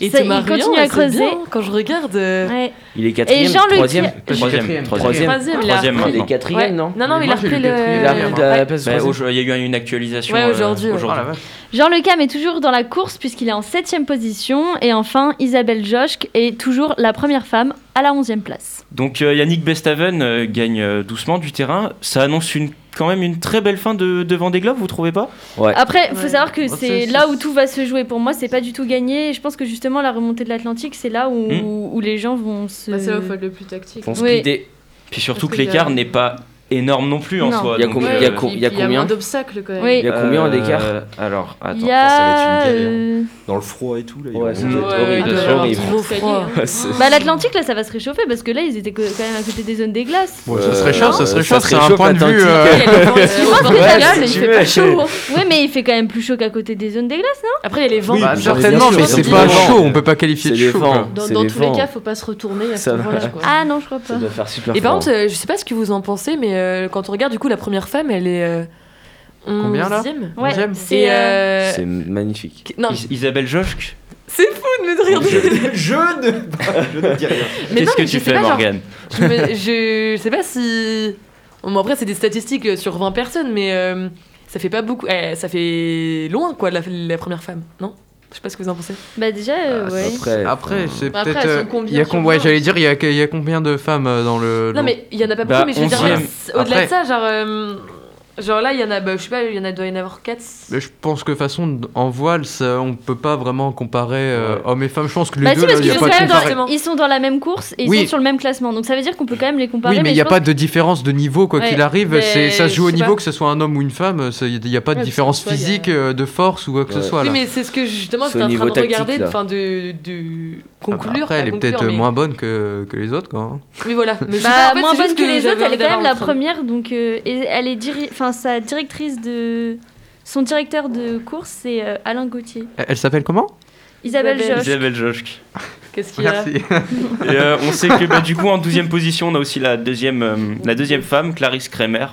S9: Et
S10: Ça,
S9: c'est
S10: il
S9: marrant,
S10: continue à
S9: c'est
S10: creuser.
S9: bien, Quand je regarde. euh,
S10: Ouais.
S7: Il est quatrième,
S10: Jean-Luc-
S7: troisième.
S5: Troisième,
S8: quatrième.
S7: troisième.
S9: Troisième, il a
S5: Troisième,
S9: repris.
S7: Il est
S5: maintenant.
S7: quatrième,
S9: Ouais.
S7: non
S9: Non, non,
S8: Mais
S9: il a
S8: moi, j'ai
S9: repris
S8: eu
S9: le.
S8: le quatrième.
S7: Il arrive
S9: Ouais.
S7: à la place
S5: Bah,
S7: troisième.
S5: au- Il y a eu une actualisation
S9: Ouais,
S5: euh,
S9: aujourd'hui, ouais.
S8: Oh la vache.
S10: Jean Le Cam est toujours dans la course puisqu'il est en 7 position. Et enfin, Isabelle Joschk est toujours la première femme à la 11e place.
S5: Donc euh, Yannick Bestaven euh, gagne euh, doucement du terrain. Ça annonce une, quand même une très belle fin de, de Vendée Globe, vous trouvez pas
S10: Après, faut
S9: Ouais.
S10: savoir que
S8: Oh,
S10: c'est
S8: c'est-
S10: là
S8: c'est-
S10: où tout va se jouer. Pour moi, c'est pas du tout gagné. Et Je pense que justement, la remontée de l'Atlantique, c'est là où,
S5: Hmm.
S10: où les gens vont se.
S9: Bah, c'est là où faut être le plus tactique.
S7: Ils font
S10: Oui.
S7: speeder.
S5: Puis surtout
S9: Parce
S5: que
S9: que
S5: l'écart
S9: j'ai-
S5: n'est pas énorme non plus en
S10: Non.
S5: soi.
S7: Il y a
S5: donc,
S7: com-
S5: euh,
S7: il y a com-
S9: puis-
S7: il y a
S9: puis
S7: combien
S9: moins d'obstacles quand même.
S10: Oui.
S7: Il y a combien
S5: euh,
S7: d'écart
S5: Alors, attends,
S10: Il
S5: ça,
S10: y
S5: ça
S10: a.
S5: va être une galère.
S10: euh,
S6: Dans le froid et tout, là. il y a
S7: Ouais,
S6: vraiment-
S7: ça doit être
S9: Ouais,
S7: horrible,
S9: il doit
S7: c'est
S9: y avoir
S7: horrible.
S9: trop froid.
S7: C'est-
S10: Bah, l'Atlantique, là, ça va se réchauffer parce que là, ils étaient que- quand même à côté des zones des glaces.
S8: Bon, ça
S7: Euh,
S8: se réchauffe, ça se réchauffe, c'est un
S7: réchauffe,
S8: point de vue.
S7: l'Atlantique.
S8: euh,
S9: Il y a les vents,
S10: Tu vois,
S9: euh, au
S10: c'est
S9: bord
S10: ta
S9: de
S10: gueule,
S9: la
S10: il
S9: glace.
S10: fait pas chaud. hein. Ouais, mais il fait quand même plus chaud qu'à côté des zones des glaces, non
S9: Après, il y a les vents.
S8: Oui,
S7: Bah,
S9: Dans-
S8: certainement,
S7: bien
S8: mais
S7: sûr,
S8: c'est
S7: c'est
S8: pas
S7: des vents.
S8: chaud, on peut pas qualifier
S7: C'est
S8: de
S7: les
S8: chaud. quoi.
S7: vents.
S9: Dans,
S7: c'est les
S9: tous les
S7: vents.
S9: cas, faut pas se retourner à ce
S7: Ça va.
S9: moment-là. quoi.
S10: Ah non, je crois pas.
S7: Ça doit faire super
S9: Et par
S7: froid.
S9: contre, euh, je sais pas ce que vous en pensez, mais euh, quand on regarde du coup la première femme, elle est euh,
S8: Combien, là
S9: 11e.
S10: Ouais,
S8: Onzième.
S9: Et
S10: c'est. euh,
S9: euh,
S7: C'est magnifique.
S9: non,
S5: Is- Isabelle Joschk,
S9: c'est fou de me rire. de- Mais non,
S5: qu'est-ce que
S9: mais je
S5: tu
S9: sais
S5: fais,
S9: pas, genre,
S5: Morgane
S9: je, me- je- je sais pas si. Bon, après, c'est des statistiques euh, sur 20 personnes, mais euh, ça fait pas beaucoup. eh, ça fait loin, quoi, la, la première femme, non Je sais pas ce que vous en pensez.
S10: Bah, déjà,
S8: Ah,
S10: euh, ouais.
S7: Ah, Après,
S8: Après, c'est
S9: Bah après,
S8: peut-être.
S9: elles
S8: euh,
S9: sont combien
S8: il y a
S9: sur
S8: com-
S9: vingt
S8: ouais, j'allais dire, il y a, il y a combien de femmes euh, dans le.
S9: Non, mais il y en a pas beaucoup,
S5: Bah,
S9: mais je veux dire,
S5: onzième.
S9: ouais, au-delà de ça, genre. euh, Genre là, il y en a, bah, je sais pas, il y en a, doit y en avoir 4.
S8: Mais je pense que de toute façon, en voile, ça, on peut pas vraiment comparer euh,
S7: Ouais.
S8: hommes et femmes. Je pense que les
S10: Bah,
S8: deux,
S10: si,
S8: là,
S10: parce
S8: il
S10: qu'ils
S8: y a
S10: sont,
S8: pas
S10: quand
S8: de
S10: même
S8: comparaison.
S9: comparer.
S10: dans- ils sont dans la même course et ils
S8: Oui.
S10: sont sur le même classement. Donc, ça veut dire qu'on peut quand même les comparer.
S8: Oui, mais il
S10: je
S8: n'y a
S10: pense
S8: pas de différence de niveau, quoi
S10: Ouais,
S8: qu'il arrive.
S10: mais
S8: c'est ça se joue au
S10: je sais
S8: niveau,
S10: pas.
S8: que ce soit un homme ou une femme. c'est- Il n'y a pas de
S9: Ouais,
S8: différence
S9: parce que des fois, il y a-
S8: physique, euh, de force ou quoi que
S7: Ouais.
S8: ce soit.
S9: Oui,
S8: Là.
S9: mais c'est ce que justement
S7: C'est au
S9: j'étais en train
S7: niveau
S9: de regarder,
S7: tactique, là.
S9: enfin de,
S7: Ah
S9: de
S7: bah
S8: Ah bah, Après,
S9: conclure. pas
S8: elle est
S9: conclure,
S8: peut-être euh,
S9: mais-
S8: moins bonne que, que les autres, quoi. hein.
S9: Oui, voilà. Mais je sais pas,
S10: Bah,
S9: en fait,
S10: moins
S9: c'est juste
S10: bonne que, les
S9: j'avais
S10: autres, elle est
S9: envie
S10: quand même la
S9: d'avoir une
S10: première. Donc, euh, et elle est diri- enfin, sa directrice de. Son directeur de course, c'est euh, Alain Gauthier.
S8: Elle elle s'appelle comment
S10: Isabelle
S9: Isabelle.
S10: Josh.
S5: Isabelle Joschk.
S9: femme. Qu'est-ce qu'il y a
S5: Et euh, on sait que bah, du coup, en 12 position, on a aussi la deuxième, euh, la deuxième femme, Clarisse Kremer.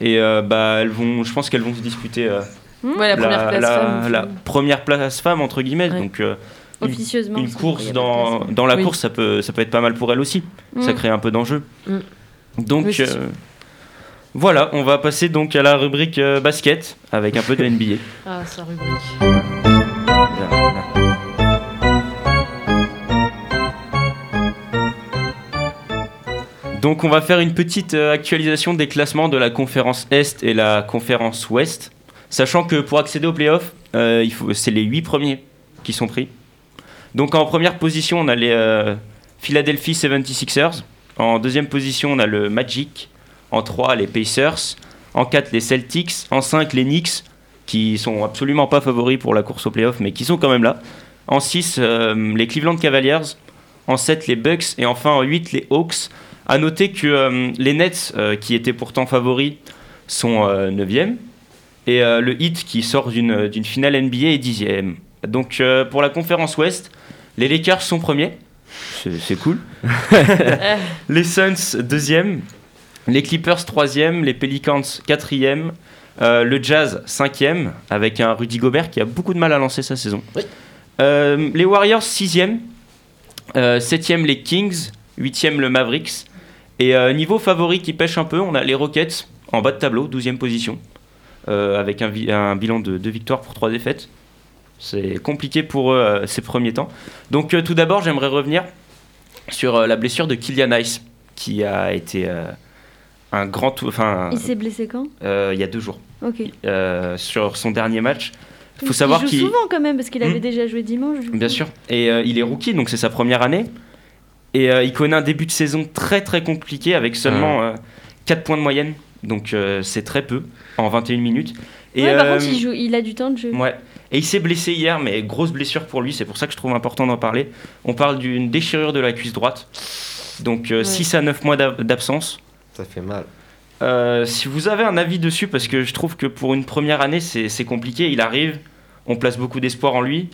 S5: Et euh, bah, elles vont, je pense qu'elles vont se disputer euh,
S9: Ouais, la première place.
S5: la-
S9: femme,
S5: la
S9: femme.
S5: première place femme, entre guillemets.
S9: Ouais.
S5: Donc, euh, une-
S10: Officieusement.
S5: une
S10: parce que
S5: course
S10: bon,
S5: dans, dans la
S9: Oui.
S5: course, ça peut, ça peut être pas mal pour elle aussi.
S10: Mm.
S5: Ça crée un peu d'enjeu.
S9: Mm.
S5: Donc
S9: Oui, c'est
S5: euh,
S9: sûr.
S5: voilà, on va passer donc à la rubrique euh, basket avec un peu de NBA.
S9: Ah, c'est la rubrique.
S5: Donc on va faire une petite euh, actualisation des classements de la conférence Est et la conférence Ouest, sachant que pour accéder aux playoffs, euh, il faut- c'est les 8 premiers qui sont pris. Donc en première position, on a les euh, Philadelphie 76ers, en deuxième position, on a le Magic, en 3 les Pacers, en 4 les Celtics, en 5 les Knicks qui sont absolument pas favoris pour la course aux playoffs mais qui sont quand même là. En 6 les Cleveland Cavaliers, en 7 les Bucks et enfin en 8 les Hawks. À noter que euh, les Nets, euh, qui étaient pourtant favoris, sont 9e. Et euh, le Heat, qui sort d'une d'une finale NBA, est 10e. Donc euh, pour la conférence Ouest, les Lakers sont premiers. C'est c'est cool. les Suns, deuxième. Les Clippers, troisième. Les Pelicans, quatrième. Euh, le Jazz, cinquième, avec un Rudy Gobert qui a beaucoup de mal à lancer sa saison. Euh, les Warriors, sixième. Euh, septième, les Kings. Huitième, le Mavericks. Et euh, niveau favori qui pêche un peu, on a les Rockets en bas de tableau, 12e position, euh, avec un, vi- un bilan de 2 victoires pour 3 défaites. C'est compliqué pour eux euh, ces premiers temps. Donc euh, tout d'abord, j'aimerais revenir sur euh, la blessure de Kylian Ice, qui a été euh, un grand... tou- Enfin,
S10: Il s'est blessé quand
S5: euh, il y a deux jours,
S10: Ok.
S5: euh, sur son dernier match.
S10: Il
S5: savoir
S10: joue
S5: qu'il-
S10: souvent quand même parce qu'il avait
S5: Hmm.
S10: déjà joué dimanche. du coup.
S5: Bien sûr. Et euh, il est rookie, donc c'est sa première année. Et euh, il connaît un début de saison très très compliqué avec seulement 4 points de moyenne. Donc euh, c'est très peu en 21 minutes. Et,
S10: Ouais, par
S5: euh,
S10: contre, il, joue, il a du temps de jeu.
S5: ouais. Et il s'est blessé hier, mais grosse blessure pour lui. C'est pour ça que je trouve important d'en parler. On parle d'une déchirure de la cuisse droite. Donc
S9: Ouais.
S5: 6 à 9 mois d'ab- d'absence.
S6: Ça fait mal.
S5: Euh, si vous avez un avis dessus, parce que je trouve que pour une première année, c'est c'est compliqué. Il arrive, on place beaucoup d'espoir en lui,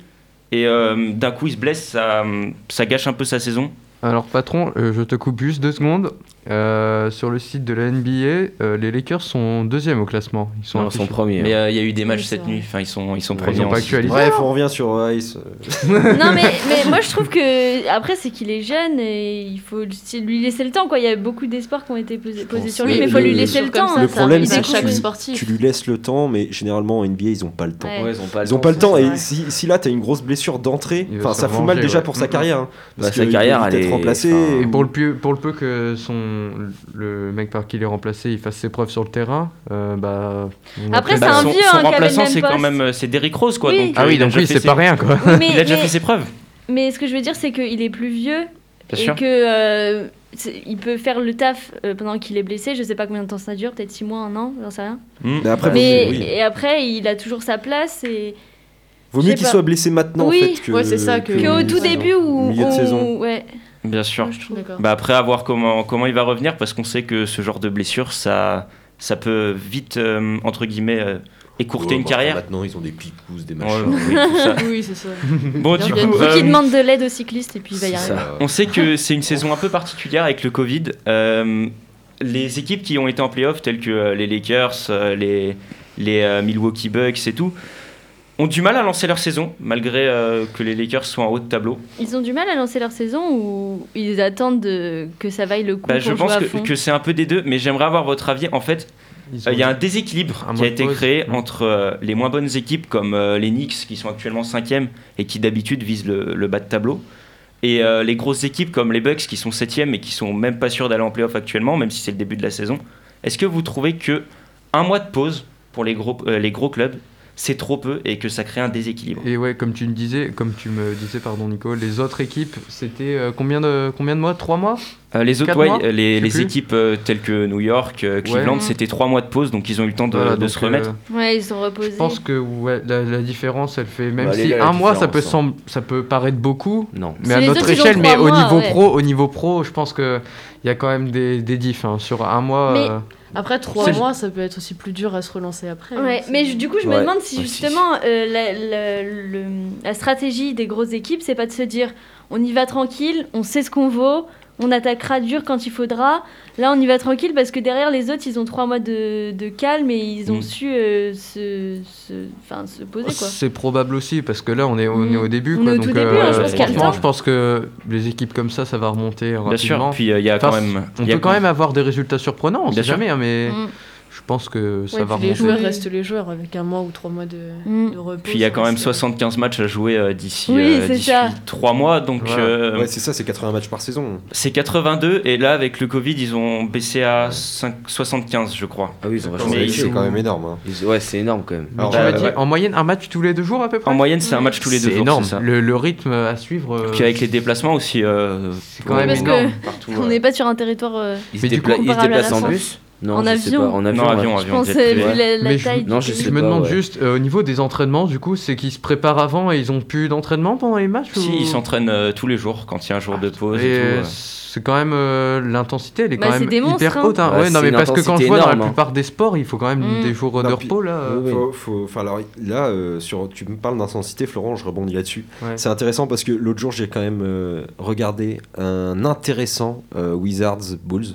S5: et euh, d'un coup, il se blesse, ça, ça gâche un peu sa saison.
S8: Alors patron, euh, je te coupe juste deux secondes. Euh, sur le site de la NBA, euh, les Lakers sont deuxième au classement. Ils sont
S7: non, son
S8: affichés.
S7: premier.
S5: Mais euh, il y a eu des
S9: Oui,
S5: matchs
S9: c'est
S5: cette
S9: vrai.
S5: nuit, enfin, ils sont, ils sont
S8: Ouais,
S5: premiers
S8: ils ont
S5: en
S8: pas
S5: six.
S8: actualisé.
S6: Bref, on revient sur euh, Ice. euh,
S10: non mais, mais moi je trouve que après c'est qu'il est jeune et il faut lui laisser le temps quoi. Il y a beaucoup d'espoirs qui ont été posés, posés sur lui,
S6: que
S10: mais il faut
S6: le-
S10: lui laisser le temps.
S6: Le
S10: hein.
S6: problème,
S10: arrive
S6: c'est
S10: à
S6: que
S10: chaque
S6: tu,
S9: sportif.
S6: tu lui laisses le temps, mais généralement en NBA, ils ont pas le temps.
S10: Ouais.
S7: Ouais, ils ont pas
S6: Ils ont pas le temps,
S9: c'est
S6: et
S9: vrai.
S6: si, si là t'as une grosse blessure d'entrée,
S8: Il va
S6: enfin
S8: se
S6: ça fout mal
S8: revenger,
S6: déjà
S8: ouais.
S6: pour sa
S8: Mm,
S6: carrière. hein, parce
S7: Bah, sa
S6: que il
S7: carrière,
S6: peut
S7: elle
S6: être
S7: est-
S6: remplacé.
S7: enfin,
S8: Et pour le, peu, pour le peu que son, le mec par qui il est remplacé, il fasse ses preuves sur le terrain, euh, bah... on
S10: Après,
S8: va
S10: c'est
S8: peut-être-
S10: un
S5: son,
S10: vieux,
S5: son
S10: hein, qui avait le
S5: remplaçant,
S10: même
S5: c'est quand
S10: poste.
S5: même euh, c'est Derrick Rose, quoi.
S10: Oui.
S5: Donc,
S8: Ah
S5: euh,
S8: oui,
S5: il a
S8: donc
S5: déjà
S8: oui,
S5: fait
S8: c'est
S5: ses-
S8: pas rien, quoi.
S10: Oui, mais,
S5: Il a déjà
S10: mais-
S5: fait ses preuves,
S10: mais ce que je veux dire c'est qu'il est plus vieux
S5: bien
S10: et
S5: sûr.
S10: que euh, c'est- il peut faire le taf euh, pendant qu'il est blessé. Je sais pas combien de temps ça dure, peut-être 6 mois, 1 an, j'en sais rien.
S5: Hmm.
S6: Mais après,
S10: Mais
S6: oui, oui.
S10: et après, il a toujours sa place et
S6: vaut
S10: je
S6: mieux
S10: sais
S6: qu'il
S10: pas.
S6: soit blessé maintenant
S10: Oui,
S6: en fait, que,
S9: ouais, c'est ça, que-
S10: qu'au tout
S9: Ouais.
S10: début où
S6: Milieu de
S10: on-
S6: saison.
S10: ouais,
S5: Bien sûr.
S10: je trouve.
S9: D'accord.
S5: Bah après, à voir comment, comment il va revenir, parce qu'on sait que ce genre de blessure, ça, ça peut vite, euh, entre guillemets, euh, écourter
S6: Ouais,
S5: une
S6: bah,
S5: carrière.
S6: Maintenant, ils ont des picousses, des
S5: Ouais,
S6: machins.
S5: oui, tout ça.
S9: Bah, Oui, c'est ça.
S5: Bon, du
S9: Bien
S5: coup,
S9: vu.
S10: Faut
S5: euh,
S10: qu'il demande de l'aide aux cyclistes et puis il va y
S7: C'est
S10: arriver.
S7: ça.
S5: on sait que c'est une saison un peu particulière avec le Covid. Euh, les équipes qui ont été en playoff, telles que euh, les Lakers, euh, les, les euh, Milwaukee Bucks et tout, ont du mal à lancer leur saison, malgré euh, que les Lakers soient en haut de tableau.
S10: Ils ont du mal à lancer leur saison ou ils attendent de- que ça vaille le coup
S5: Bah,
S10: pour
S5: je
S10: jouer
S5: pense
S10: à
S5: que,
S10: fond.
S5: que c'est un peu des deux, mais j'aimerais avoir votre avis. En fait,
S8: Ils
S5: Euh, Il y a
S8: ont-
S5: un déséquilibre
S8: Un
S5: qui
S8: mois
S5: a
S8: de
S5: été
S8: pause.
S5: créé
S8: Mm.
S5: entre euh, les moins bonnes équipes comme euh, les Knicks qui sont actuellement 5e et qui d'habitude visent le, le bas de tableau et euh, les grosses équipes comme les Bucks qui sont 7e et qui sont même pas sûrs d'aller en playoff actuellement même si c'est le début de la saison. Est-ce que vous trouvez que un mois de pause pour les gros, euh, les gros clubs c'est trop peu et que ça crée un déséquilibre
S8: Et ouais, comme tu me disais, comme tu me disais, pardon Nico, les autres équipes, c'était euh, combien de combien de mois Trois mois
S5: Euh, Les autres
S8: Quatre
S5: ouais,
S8: mois
S5: euh, les,
S8: Je sais plus.
S5: les équipes euh, telles que New York, euh, Cleveland
S10: Ouais.
S5: c'était 3 mois de pause donc ils ont eu le temps de,
S8: Voilà,
S5: de
S8: donc,
S5: se remettre.
S8: euh,
S10: Ouais, ils sont reposés.
S8: je pense que ouais, la, la différence, elle fait même
S6: Bah, les
S8: si
S6: gars, la
S8: un mois, ça peut
S6: différence,
S8: sembler, ça peut paraître beaucoup,
S7: Non.
S8: mais
S10: C'est
S8: à
S10: les
S8: notre
S10: autres, ils ont
S8: échelle, mais
S10: trois
S8: au
S10: mois,
S8: niveau
S10: ouais.
S8: pro, au niveau pro, je pense que il y a quand même des des diffs hein. sur un mois.
S10: Mais-
S8: euh,
S9: Après, trois
S8: C'est-
S9: mois, ça peut être aussi plus dur à se relancer après.
S10: Ouais,
S9: hein,
S10: mais
S9: c'est-
S10: je- du coup, je me
S7: Ouais,
S10: demande si
S7: aussi.
S10: justement euh, la, la- le- la stratégie des grosses équipes, c'est pas de se dire on y va tranquille, on sait ce qu'on vaut, on attaquera dur quand il faudra. Là, on y va tranquille parce que derrière les autres, ils ont trois mois de, de calme et ils ont
S5: Mm.
S10: su euh, se, se, enfin, se poser quoi.
S8: C'est probable aussi parce que là on est, on
S10: Mm.
S8: est au début.
S10: On
S8: quoi,
S10: est au
S8: donc,
S10: tout début, hein,
S5: je pense qu'il y a le
S8: franchement,
S10: temps.
S8: je pense que les équipes comme ça, ça va remonter
S5: Bien
S8: rapidement.
S5: sûr, puis euh, il y a
S8: Enfin,
S5: quand même
S8: on
S5: il y a
S8: peut quand même avoir des résultats surprenants, on sait
S5: Bien sûr.
S8: jamais, hein, mais
S10: Mm.
S8: je pense que ça
S9: Ouais,
S8: va
S9: puis les
S8: remonter.
S9: joueurs restent les joueurs avec un mois ou trois mois de,
S10: Mm.
S9: de repos.
S5: Puis il y a quand
S9: ça
S5: même
S9: reste- euh,
S5: 75 matchs à jouer euh, d'ici
S10: Oui,
S5: euh,
S10: c'est
S5: d'ici
S10: ça.
S5: 3 mois, donc
S8: Voilà.
S5: euh,
S6: Ouais, c'est ça, c'est 80 matchs par saison.
S5: c'est 82, et là avec le Covid ils ont baissé à 5 75 je crois.
S7: Ah oui, ils ont vachement
S5: Mais
S6: C'est-
S5: ils
S6: c'est
S7: réussi.
S6: quand même énorme. hein.
S7: Ils- Ouais, c'est énorme quand même.
S8: Mais tu
S6: Alors,
S8: m'as
S5: bah,
S8: dit,
S5: ouais.
S8: en moyenne, un match tous les deux jours à peu près
S5: En moyenne c'est un match tous les deux
S8: C'est
S5: jours.
S8: énorme.
S5: c'est ça.
S8: Le, le rythme à suivre. euh,
S5: Puis avec les déplacements aussi, euh,
S8: c'est
S5: pour-
S8: quand même
S10: parce
S8: énorme.
S10: que
S5: partout.
S10: on
S5: ouais.
S10: n'est pas sur un territoire. euh,
S7: Ils se,
S8: Mais du
S7: dépla-
S10: coup,
S7: ils se
S10: comparable à la
S7: déplacent en
S10: France
S7: bus Non,
S10: En
S7: je sais
S10: avion.
S7: pas. En avion.
S5: Non,
S7: ouais.
S5: avion,
S10: je
S5: avion.
S10: pense
S5: jet privé.
S10: euh, vu la, la
S8: Mais
S10: taille.
S7: non,
S10: du
S7: je
S10: pays.
S7: sais
S8: Je me
S7: pas,
S8: demande
S7: ouais.
S8: juste euh, au niveau des entraînements, du coup, c'est qu'ils se préparent avant et ils ont plus d'entraînement pendant les matchs
S5: Si,
S8: ou-
S5: ils s'entraînent euh, tous les jours quand il y a un jour de pause
S8: Et
S5: et tout. euh.
S8: c'est quand même euh, l'intensité, elle est
S10: Bah,
S8: quand
S10: c'est
S8: même
S10: des monstres,
S8: hyper
S10: hein.
S8: haute. hein.
S7: Ouais,
S8: ouais, non
S7: c'est
S8: mais
S7: une
S8: parce que quand
S7: intensité
S8: je vois dans
S7: énorme,
S8: la
S7: hein.
S8: plupart des sports, il faut quand même
S10: Mm.
S8: des jours
S6: Non,
S8: de
S6: puis-
S8: repos là. euh.
S7: Oui, oui.
S6: Faut- faut- enfin, alors, là, euh, sur, tu me parles d'intensité, Florent, je rebondis là-dessus.
S8: Ouais.
S6: C'est intéressant parce que l'autre jour, j'ai quand même euh, regardé un intéressant euh, Wizards Bulls.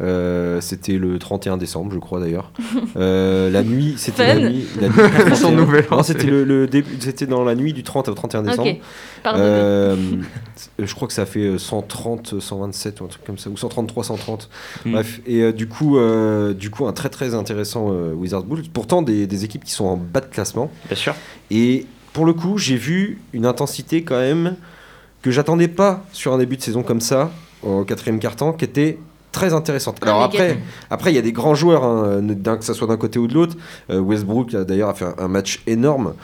S6: Euh, c'était le 31 décembre, je crois d'ailleurs. Euh, la nuit, c'était
S10: Fun.
S6: la nuit. La nuit du 31.
S8: Son nouvel an,
S6: Non, c'était
S8: c'est-
S6: le, le début, c'était dans la nuit du 30 au 31 décembre.
S10: Ok, pardon.
S6: Euh, je crois que ça fait euh, 130, 127 ou un truc comme ça, ou 133, 130.
S5: Hmm.
S6: Bref, et euh, du coup, euh, du coup, un très très intéressant euh, Wizard Bulls. Pourtant, des, des équipes qui sont en bas de classement.
S5: Bien sûr.
S6: Et pour le coup, j'ai vu une intensité quand même que j'attendais pas sur un début de saison comme ça, au quatrième quart-temps, qui était très intéressante. Alors
S10: Ah, mais
S6: après, après il y a des grands joueurs, hein, d'un- que ce soit d'un côté ou de l'autre. Euh, Westbrook a d'ailleurs a fait un, un match énorme.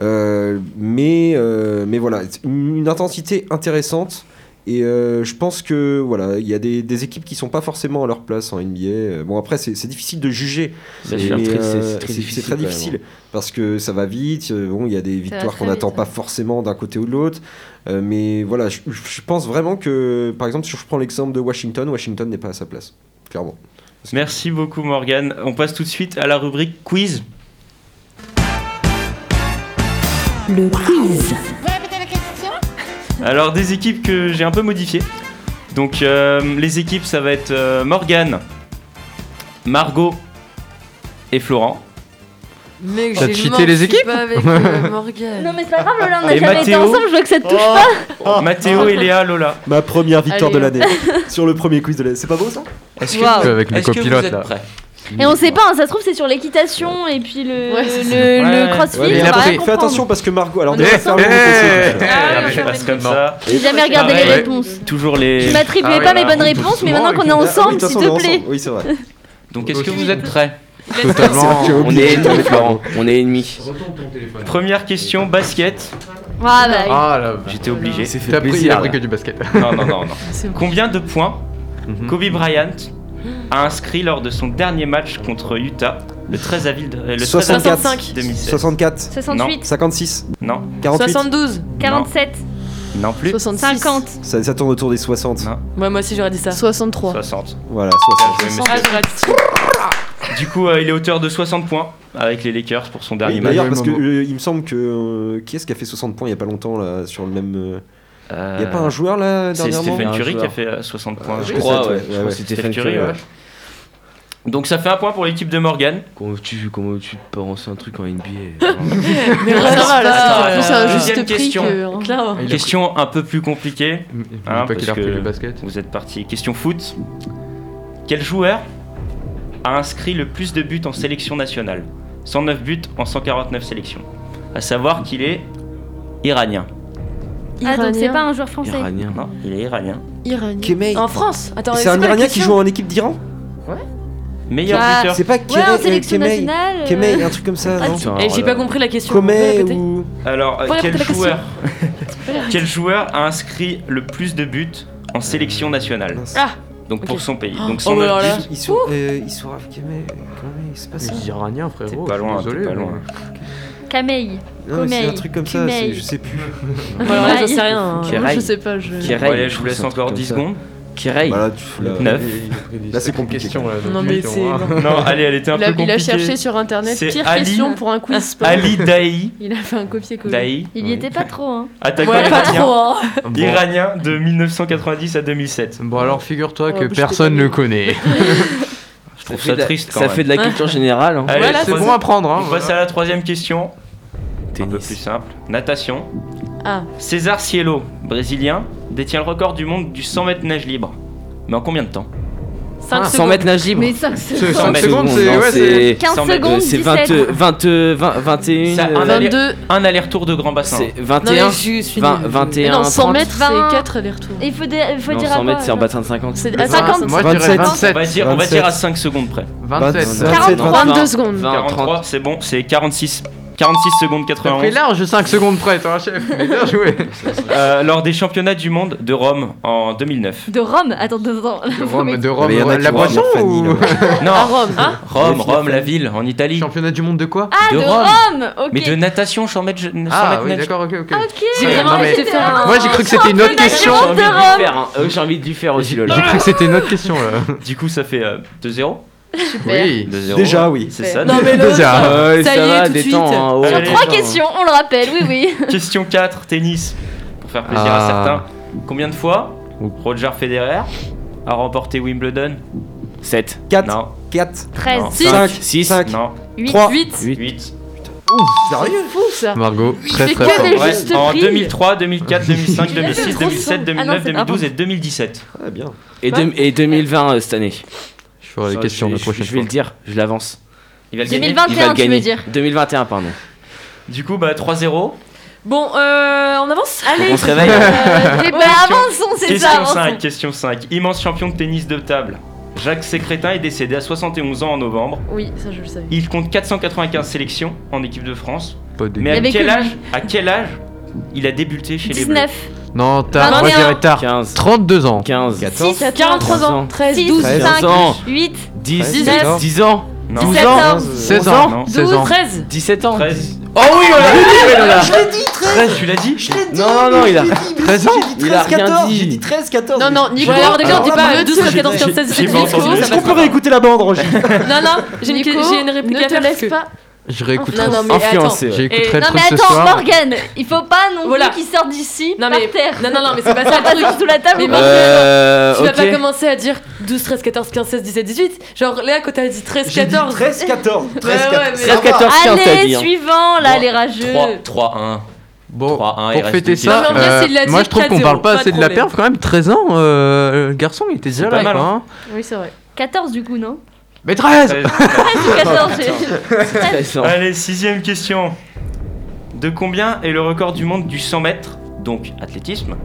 S6: Euh, mais, euh, mais voilà, c'est une une intensité intéressante. Et euh, je pense que voilà, il y a des, des équipes qui sont pas forcément à leur place en NBA. Euh, Bon après, c'est c'est difficile de juger
S5: Bien
S6: mais,
S5: sûr.
S7: très- c'est- c'est
S6: euh, c'est
S7: très
S6: c'est
S7: difficile,
S6: très
S7: quand même, hein.
S6: difficile parce que ça va vite. euh, Bon, il y a des
S10: va
S6: victoires
S10: très
S6: qu'on n'attend
S10: vite,
S6: pas
S10: ouais.
S6: forcément d'un côté ou de l'autre. Euh, mais voilà, je, je pense vraiment que, par exemple, si je prends l'exemple de Washington, Washington n'est pas à sa place, clairement.
S5: Merci beaucoup Morgane. On passe tout de suite à la rubrique quiz.
S2: Le quiz.
S5: Alors des équipes que j'ai un peu modifiées. Donc euh, les équipes ça va être euh, Morgane, Margot et Florent.
S9: Mais
S8: T'as
S9: j'ai
S8: cheaté
S9: menti
S8: les équipes
S9: pas avec euh, Morgan.
S10: Non mais c'est pas grave, Lola, on a
S5: Et
S10: jamais été
S5: Mathéo
S10: ensemble, je vois que ça te touche.
S5: Mathéo et Léa Lola.
S6: Ma première victoire
S9: Allez,
S6: de l'année
S10: hein.
S6: sur le premier quiz de l'année. C'est pas beau ça
S5: Est-ce
S10: Waouh.
S8: Avec le
S5: est-ce que vous
S8: copilote,
S5: êtes
S8: là.
S5: prêts
S10: Et on sait pas, hein, ça se trouve c'est sur l'équitation et puis le,
S9: Ouais, c'est ça.
S10: le, Euh,
S5: Ouais.
S10: le crossfit,
S8: Ouais, mais
S10: on
S8: il a
S10: va
S8: pris-
S10: rien
S6: Fais
S10: comprendre.
S6: attention parce que Margot. Alors, on
S8: Eh,
S6: va faire le
S8: eh,
S6: jeu de
S9: Ah,
S5: Regarde,
S9: oui,
S5: je
S9: oui,
S5: passe
S9: oui.
S5: comme ça.
S10: J'ai jamais regardé les
S5: Ouais.
S10: réponses.
S5: Toujours les.
S10: Tu m'attribuais
S8: Ah ouais,
S10: pas
S8: bah,
S10: mes bonnes
S8: on
S10: réponses,
S8: touche
S10: mais
S8: souvent
S10: maintenant qu'on est
S6: Ah oui, de
S10: ensemble,
S6: toute
S10: s'il
S6: façon, on est
S10: te plaît.
S6: ensemble. Oui, c'est vrai.
S5: Donc est-ce que vous êtes prêts
S8: Totalement.
S6: J'ai
S7: On est
S6: oublié.
S7: ennemis, Florent. On est ennemis.
S5: Première question basket.
S10: Ah bah,
S8: Ah là,
S5: J'étais obligé.
S8: t'as pris, il a pris que du basket.
S5: Non non non non.
S9: C'est bon.
S5: Combien de points
S8: Mhm.
S5: Kobe Bryant a inscrit lors de son dernier match contre Utah le 13 avril de- le 13 avril
S9: 65.
S5: 2016.
S6: 64,
S10: 68,
S6: 56,
S5: Non,
S6: 48.
S9: 72,
S10: 47,
S5: non plus.
S11: 66.
S10: 50.
S6: Ça, ça tourne autour des 60.
S5: Non.
S9: Ouais, moi aussi j'aurais dit ça.
S11: 63.
S5: 60.
S6: Voilà,
S5: Bien
S6: 60.
S5: joué, monsieur.
S9: Ah, j'aurais dit ça.
S5: Du coup, euh, il est auteur de 60 points avec les Lakers pour son dernier
S6: Oui,
S5: match.
S6: D'ailleurs, parce que
S8: Momo.
S6: euh, il me semble que euh, qui est-ce qui a fait 60 points il y a pas longtemps là sur le même. euh, Il y a pas un joueur là
S5: Euh, C'est
S6: dernièrement
S5: Stephen
S7: un
S5: Curry qui a
S7: joueur.
S5: fait euh, 60 points.
S6: Ah,
S5: je
S6: oui, ouais,
S5: crois.
S7: ouais,
S6: ouais,
S7: je crois
S6: ouais.
S7: que c'était
S5: Stephen
S7: Stephen
S5: Curry,
S7: Curry.
S5: ouais. Donc ça fait un point pour l'équipe de Morgan.
S7: Comment tu comment tu peux lancer un truc en NBA
S11: Mais
S9: Ouais,
S11: ça va,
S9: c'est pas,
S11: là,
S9: euh,
S11: c'est un
S5: deuxième
S11: juste prix
S5: question.
S11: que. hein.
S9: Clairement.
S8: Il a-
S5: Question un peu plus compliquée.
S8: Il oublie
S5: Hein,
S8: pas
S5: parce
S8: qu'il a repris
S5: que-
S8: le basket.
S5: Vous êtes parti. Question foot. Quel joueur a inscrit le plus de buts en sélection nationale 109 buts en 149 sélections. À savoir qu'il est iranien.
S10: Ah, donc c'est
S11: Iranien.
S10: pas un joueur français.
S7: Iranien.
S5: Non, il est iranien.
S11: Iranien.
S6: Kemei.
S9: En France Attends,
S6: C'est un
S9: quoi la
S6: Iranien qui
S9: question
S6: joue en équipe d'Iran
S5: Meilleur
S11: Ah,
S9: Bah,
S5: buteur.
S6: C'est pas
S10: Ouais, en
S6: Kemei, euh,
S10: sélection
S6: Kemei,
S10: nationale. euh,
S6: Kemei, un truc comme ça,
S10: Ah,
S6: non
S10: tu-
S9: Eh, j'ai
S5: euh,
S9: pas compris la question. vous pouvez
S6: Kemei
S9: répéter
S6: ou.
S5: Alors, euh,
S9: Faut
S5: quel
S9: répéter la
S5: joueur Quel joueur a inscrit le plus de buts en sélection nationale
S6: Mince.
S9: Ah
S5: Donc pour
S9: Ok.
S5: son pays. Donc
S9: Oh, alors
S5: 109
S9: là.
S5: buts.
S6: Ils sont. euh, Ils sont. avec Kemei. Kemei, c'est pas ça.
S8: Les Iraniens, frérot.
S5: T'es
S8: Oh, je
S5: pas
S8: suis
S5: loin, t'es
S8: désolé,
S5: pas
S8: mais-
S5: loin.
S10: Kamei.
S6: Non, mais c'est un
S10: Kemei,
S6: truc comme ça,
S10: Kemei.
S6: c'est- je sais plus.
S9: Bon, alors là, j'en sais
S10: Iranien.
S9: rien. hein.
S7: Qui
S11: Ah, moi,
S7: raille.
S11: je sais pas, je.
S7: Qui raille.
S5: Allez, je vous laisse
S7: C'est un truc
S5: encore
S7: comme
S5: 10
S7: ça.
S5: secondes.
S7: Kirei.
S6: Voilà, tu- Bah, là-
S5: Neuf.
S6: Là, c'est compliqué.
S8: Question, là, donc
S9: Non,
S8: lui,
S9: mais
S8: il
S9: c'est-
S8: aura-
S9: non.
S5: Non, allez, elle était un
S11: Il a,
S5: peu
S11: il a cherché
S5: compliquée.
S11: sur internet
S5: C'est
S11: pire
S5: Ali.
S11: question pour un quiz sport.
S5: Ali Daei,
S11: Il a fait un copier-coller.
S5: Daei
S10: Il y était pas trop, hein.
S5: attaquant
S9: Ouais, pas
S5: iranien,
S9: trop, hein.
S8: Bon.
S5: iranien de 1990 à 2007.
S8: Bon, alors figure-toi que
S11: Ouais, je
S8: personne
S11: t'ai
S8: ne connaît.
S5: Je trouve ça triste quand
S7: Ça
S5: même.
S7: fait de la culture générale. hein.
S5: Allez,
S9: Voilà,
S8: C'est
S5: troisième-
S8: bon à prendre, hein.
S5: On passe à la troisième question. Un peu
S7: Tennis.
S5: plus simple. Natation.
S9: Ah.
S5: César Cielo, brésilien, détient le record du monde du 100 mètres nage libre. Mais en combien de temps
S9: 5
S7: 100 mètres nage libre.
S11: Mais ça,
S8: C'est
S11: c'est.
S8: 5
S5: mètres.
S8: secondes, c'est.
S7: Non,
S8: ouais, c'est-
S7: c'est
S10: 15
S5: 100 mètres,
S7: euh,
S10: secondes,
S7: c'est
S10: 17.
S7: 20, 20, 20, 21,
S5: Ça, un
S7: euh,
S5: aller-
S11: 22.
S5: Un aller-retour de grand bassin.
S7: c'est
S11: Non, mais
S7: 21.
S11: je suis.
S7: vingt-
S11: nulle.
S7: vingt et
S11: Mais
S7: un,
S11: non, 100
S7: trente.
S11: mètres, c'est
S10: Vingt.
S11: 4 allers-retours.
S10: Il faut, dé- faut
S7: Non,
S10: dire à
S7: 100 mètres,
S10: quoi,
S7: c'est en
S10: là
S7: bas de 50.
S11: C'est
S10: Ah,
S11: à 50.
S8: Moi, je dirais
S6: 27.
S5: On
S8: 27.
S5: va dire, on va
S6: 27.
S5: dire à 5 secondes près.
S8: 27.
S10: 43.
S11: 22 secondes.
S7: 20,
S5: 43,
S7: 30.
S5: c'est bon, c'est 46. 46 secondes
S8: T'as pris
S5: 91.
S8: large 5 secondes près, toi, chef. Mais bien joué.
S5: Euh, lors des championnats du monde de Rome en 2009.
S10: De Rome Attends, attends, attends.
S8: De Rome, de
S6: Ah, Mais il y en
S8: Rome,
S6: a
S8: euh,
S6: qui
S8: Ah, la
S6: vont
S8: boisson
S6: dire Fanny,
S8: ou.
S5: Non,
S9: à Rome, hein
S5: Rome, Rome, la ville, en Italie.
S8: Championnat du monde de quoi
S10: Ah,
S5: de
S10: de,
S5: Rome.
S10: Rome, Ok.
S5: Mais de natation, 100 mètres. 100
S8: Ah,
S5: mètres
S8: oui,
S5: nage.
S8: d'accord, ok, ok.
S10: Ok.
S9: J'ai
S8: Ouais,
S9: vraiment
S8: non,
S9: envie
S8: mais-
S9: de faire un.
S8: Moi, j'ai cru que c'était une autre question.
S10: Ah, Championnat
S7: J'ai envie
S10: de
S7: de
S10: Rome.
S7: lui faire, hein. Euh, J'ai envie de lui faire aussi, lol.
S8: J'ai cru que c'était une autre question, là.
S5: Du coup, ça fait euh, 2-0.
S8: Oui.
S5: 2-0.
S6: Déjà, oui.
S5: C'est ça.
S9: Non, mais l'autre,
S8: Déjà.
S9: ça-
S7: Ouais,
S9: ça
S7: ça
S9: y est,
S7: va,
S9: tout de suite.
S7: détends. hein.
S5: Sur
S7: Ouais,
S5: trois
S10: Trois
S7: détends.
S10: questions, on le rappelle, oui, oui.
S5: Question 4, tennis. Pour faire plaisir à
S8: Ah.
S5: certains. Combien de fois
S8: Ouh.
S5: Roger Federer a remporté Wimbledon
S7: 7,
S6: Quatre,
S5: Non.
S6: 4,
S10: 13,
S5: Non.
S10: 6,
S5: Cinq.
S6: 5,
S7: 6,
S6: Cinq.
S5: Non.
S10: 8,
S6: Trois.
S10: 8.
S7: 8.
S5: 8.
S6: Sérieux
S11: Fou ça.
S8: Margot, très
S11: fait
S8: très
S11: que
S8: fort.
S11: des jeux. Juste
S5: en
S11: prix.
S5: 2003, 2004, 2005,
S10: Tu l'as fait
S5: 2006,
S10: trop
S5: 2007,
S10: souvent.
S5: 2009,
S10: Ah non, c'est- ah,
S5: 2012 et 2017.
S6: Ah, bien.
S7: Et, deux- et 2020 euh, cette année.
S8: Je ferai les
S7: Ça,
S8: questions
S7: je,
S8: la
S7: je-
S8: prochaine
S7: Je vais
S8: fois.
S7: le dire, je l'avance.
S5: Il va le gagner.
S10: 2021,
S7: Il va le
S10: tu
S7: gagner.
S10: veux dire
S7: 2021, pardon.
S5: Du coup, bah 3-0.
S9: Bon, euh, on avance Allez
S7: On se réveille.
S10: Eh ben, avançons, c'est ça,
S5: Question
S10: avançons.
S5: 5, question 5. Immense champion de tennis de table. Jacques Sécrétin est décédé à 71 ans en novembre.
S11: Oui, ça, je le savais.
S5: Il compte 495 sélections en équipe de France.
S8: Pas de-
S5: Mais
S10: Il
S5: à
S10: avait
S5: quel,
S10: que
S5: âge, à quel âge il a débuté chez les Bleus
S10: 19,
S8: Non, tard,
S10: Ah,
S8: moi je
S10: 21.
S8: dirais tard.
S7: 15,
S8: 32 ans.
S7: 15,
S10: 6,
S9: 43 ans, 13,
S10: 6,
S9: 12,
S6: 13,
S10: 5,
S7: 15,
S10: 8,
S7: 10,
S10: 19,
S7: 10 ans,
S5: Non.
S10: 17
S7: ans.
S10: ans.
S8: 16
S7: ans.
S8: ans.
S5: Non.
S8: 16 ans.
S9: 13
S7: 17 ans.
S5: 13.
S7: Oh oui, on l'a dit, Lola.
S6: dit
S7: 13, tu l'as dit Non, non,
S6: Non,
S7: non, il a.
S8: 13 ans
S7: Il a rien
S6: 14,
S7: dit.
S6: j'ai dit 13, 14.
S9: Non, non, Nico,
S6: Ouais,
S9: alors, d'accord,
S6: alors
S9: dis
S6: là,
S9: pas
S6: Mario,
S9: 12, 13,
S6: j'ai-
S9: 14, 15, 16, 17, 18,
S5: entendu.
S9: ça
S6: Est-ce
S9: passe
S6: qu'on peut réécouter la bande, Roger
S9: pas. Non, non, j'ai une,
S11: Nico,
S9: j'ai une réplique
S11: ne
S9: à faire.
S11: te laisse
S9: que-
S11: pas.
S8: Je réécouterai.
S9: Ah Non, non, mais attends.
S7: Influencé. ouais.
S8: J'écouterai
S9: Et-
S8: le
S10: Non
S8: truc
S10: mais
S8: ce
S10: attends,
S8: soir.
S10: Morgan, il faut pas non
S9: Voilà.
S10: plus qu'il sorte d'ici
S9: Non,
S10: par
S9: mais-
S10: terre.
S9: Non, non, non, mais c'est pas ça
S10: Pas
S9: le truc.
S10: sous la table.
S9: Mais
S10: quoi.
S7: Euh.
S9: Tu vas pas
S7: Ok.
S9: commencer à dire 12, 13, 14, 15, 16, 17, 18. Genre là, quand t'as dit 13,
S6: J'ai dit
S9: 14.
S6: 13, 14. 13,
S9: ouais,
S6: 14.
S9: mais-
S6: ça
S7: 13,
S6: va.
S7: 14, 15, t'as dit.
S10: Allez,
S7: hein.
S10: suivant là les rageux.
S5: 3, 3, 1.
S8: Bon,
S5: 3-1, il
S8: pour
S5: reste
S8: fêter
S5: une
S8: ça,
S9: question. Non, mais en vrai,
S8: euh,
S9: s'il l'a dit,
S8: moi je trouve qu'on
S9: 4-0,
S8: parle
S9: pas
S8: pas assez
S9: de
S8: de la
S9: problème.
S8: perf quand même. 13 ans, euh, le garçon il était déjà
S5: pas
S8: là.
S5: mal,
S8: quoi,
S5: hein.
S8: hein.
S11: Oui, c'est vrai.
S10: 14 du coup, non Ah,
S8: Mais 13
S10: Ou 14, j'ai-
S7: 13 ans.
S5: Allez, sixième question. De combien est le record du monde du 100 mètres, donc athlétisme,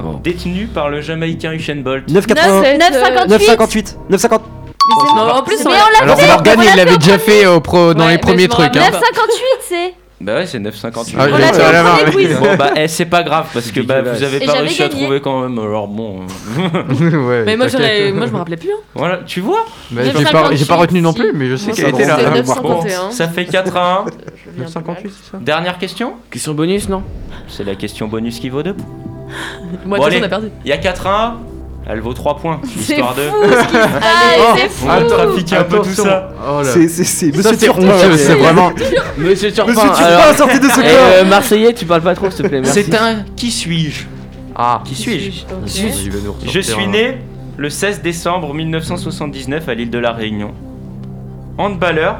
S7: Oh.
S5: détenu par le Jamaïcain Usain Bolt
S6: 9,80.
S10: 9,58.
S6: 9,58. 9,50.
S10: Mais c'est
S9: Non, en plus,
S10: mais
S9: on
S10: on
S9: l'a-
S10: l'a
S8: Alors
S10: fait
S8: Morgan
S10: on l'a
S8: il l'avait
S10: fait.
S8: déjà fait au pro- dans
S9: Ouais,
S8: les
S9: mais je
S8: premiers
S9: me
S8: trucs.
S9: rappelle
S8: hein.
S10: 9,58 c'est
S5: Bah ouais, c'est 9,58.
S8: Ah, il Voilà, est à la main, premier oui. quiz.
S5: Bon, bah, eh, c'est pas grave parce que bah,
S7: dégueulasse.
S5: vous avez
S9: Et
S5: pas
S9: j'avais
S5: réussi à
S9: gagné.
S5: trouver quand même. Alors bon.
S8: ouais,
S9: Mais moi, j'aurais-
S8: t'inquiète.
S9: moi, je me rappelais plus. hein.
S5: Voilà, tu vois
S8: Bah, j'ai pas, j'ai pas retenu non plus, mais je sais
S9: Moi,
S8: qu'elle
S9: ça
S8: était
S9: va,
S8: là.
S9: c'est
S8: Bon,
S9: 951.
S5: Ça fait 4 à 1.
S9: Je viens de
S8: 958, c'est ça
S5: Dernière question
S7: Question bonus, non
S5: C'est la question bonus qui vaut 2.
S9: mal. Moi,
S5: Bon,
S9: de toute façon,
S5: allez.
S9: on a perdu.
S5: Il y a 4 à 1. Elle vaut 3 points.
S10: C'est
S5: Histoire
S10: fou
S5: de. Ah,
S10: ce qu'il
S9: Allez,
S10: fait, c'est
S5: On va
S10: fou.
S5: trafiquer un peu tout
S8: Attention.
S5: ça.
S8: Oh là.
S6: C'est- C'est c'est-
S8: Ça,
S6: Monsieur
S8: c'est
S6: Turpin.
S8: honteux, c'est vraiment.
S7: Monsieur Turpin,
S6: Monsieur Turpin,
S7: alors.
S6: sortez de ce
S7: Eh,
S6: corps
S7: euh, Marseillais, tu parles pas trop, s'il te plaît. Merci.
S5: C'est un Hein, qui suis-je
S8: Ah,
S5: Qui suis-je
S9: Ok.
S8: il va nous ressortir
S5: Je suis
S8: un-
S5: né le 16 décembre 1979 à l'île de la Réunion. Handballeur,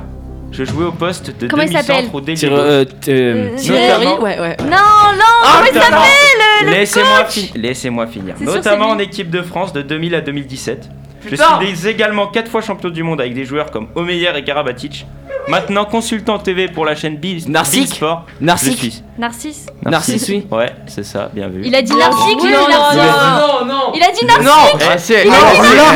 S5: je jouais au poste de
S10: Comment il
S5: demi-centre ou d'ailier
S7: Tire-
S5: gauche.
S7: euh, t- euh,
S5: Thierry Henry,
S9: Thierry, ouais, ouais.
S10: Non, non, Oh, comment il
S5: Notamment-
S10: s'appelle
S5: Laissez-moi fi- Laissez-moi finir.
S10: C'est sûr,
S5: Notamment
S10: c'est
S5: en
S10: lui.
S5: équipe de France de 2000 à 2017.
S9: Putain.
S5: Je suis également 4 fois champion du monde avec des joueurs comme Omeyer et Karabatic. Maintenant consultant TV pour la chaîne Bill
S7: Narcic.
S5: Sport. Je
S7: Narcic.
S5: suis
S10: Narcisse.
S7: Narcisse, oui.
S5: Ouais, c'est ça, bien vu.
S10: Il a dit Narcisse,
S9: Oui,
S10: il a dit
S9: non,
S10: Narcisse.
S9: non, non, non.
S10: Il a dit Narcisse.
S8: Ah, c'est.
S10: Il
S8: Non,
S10: a dit
S8: là, là,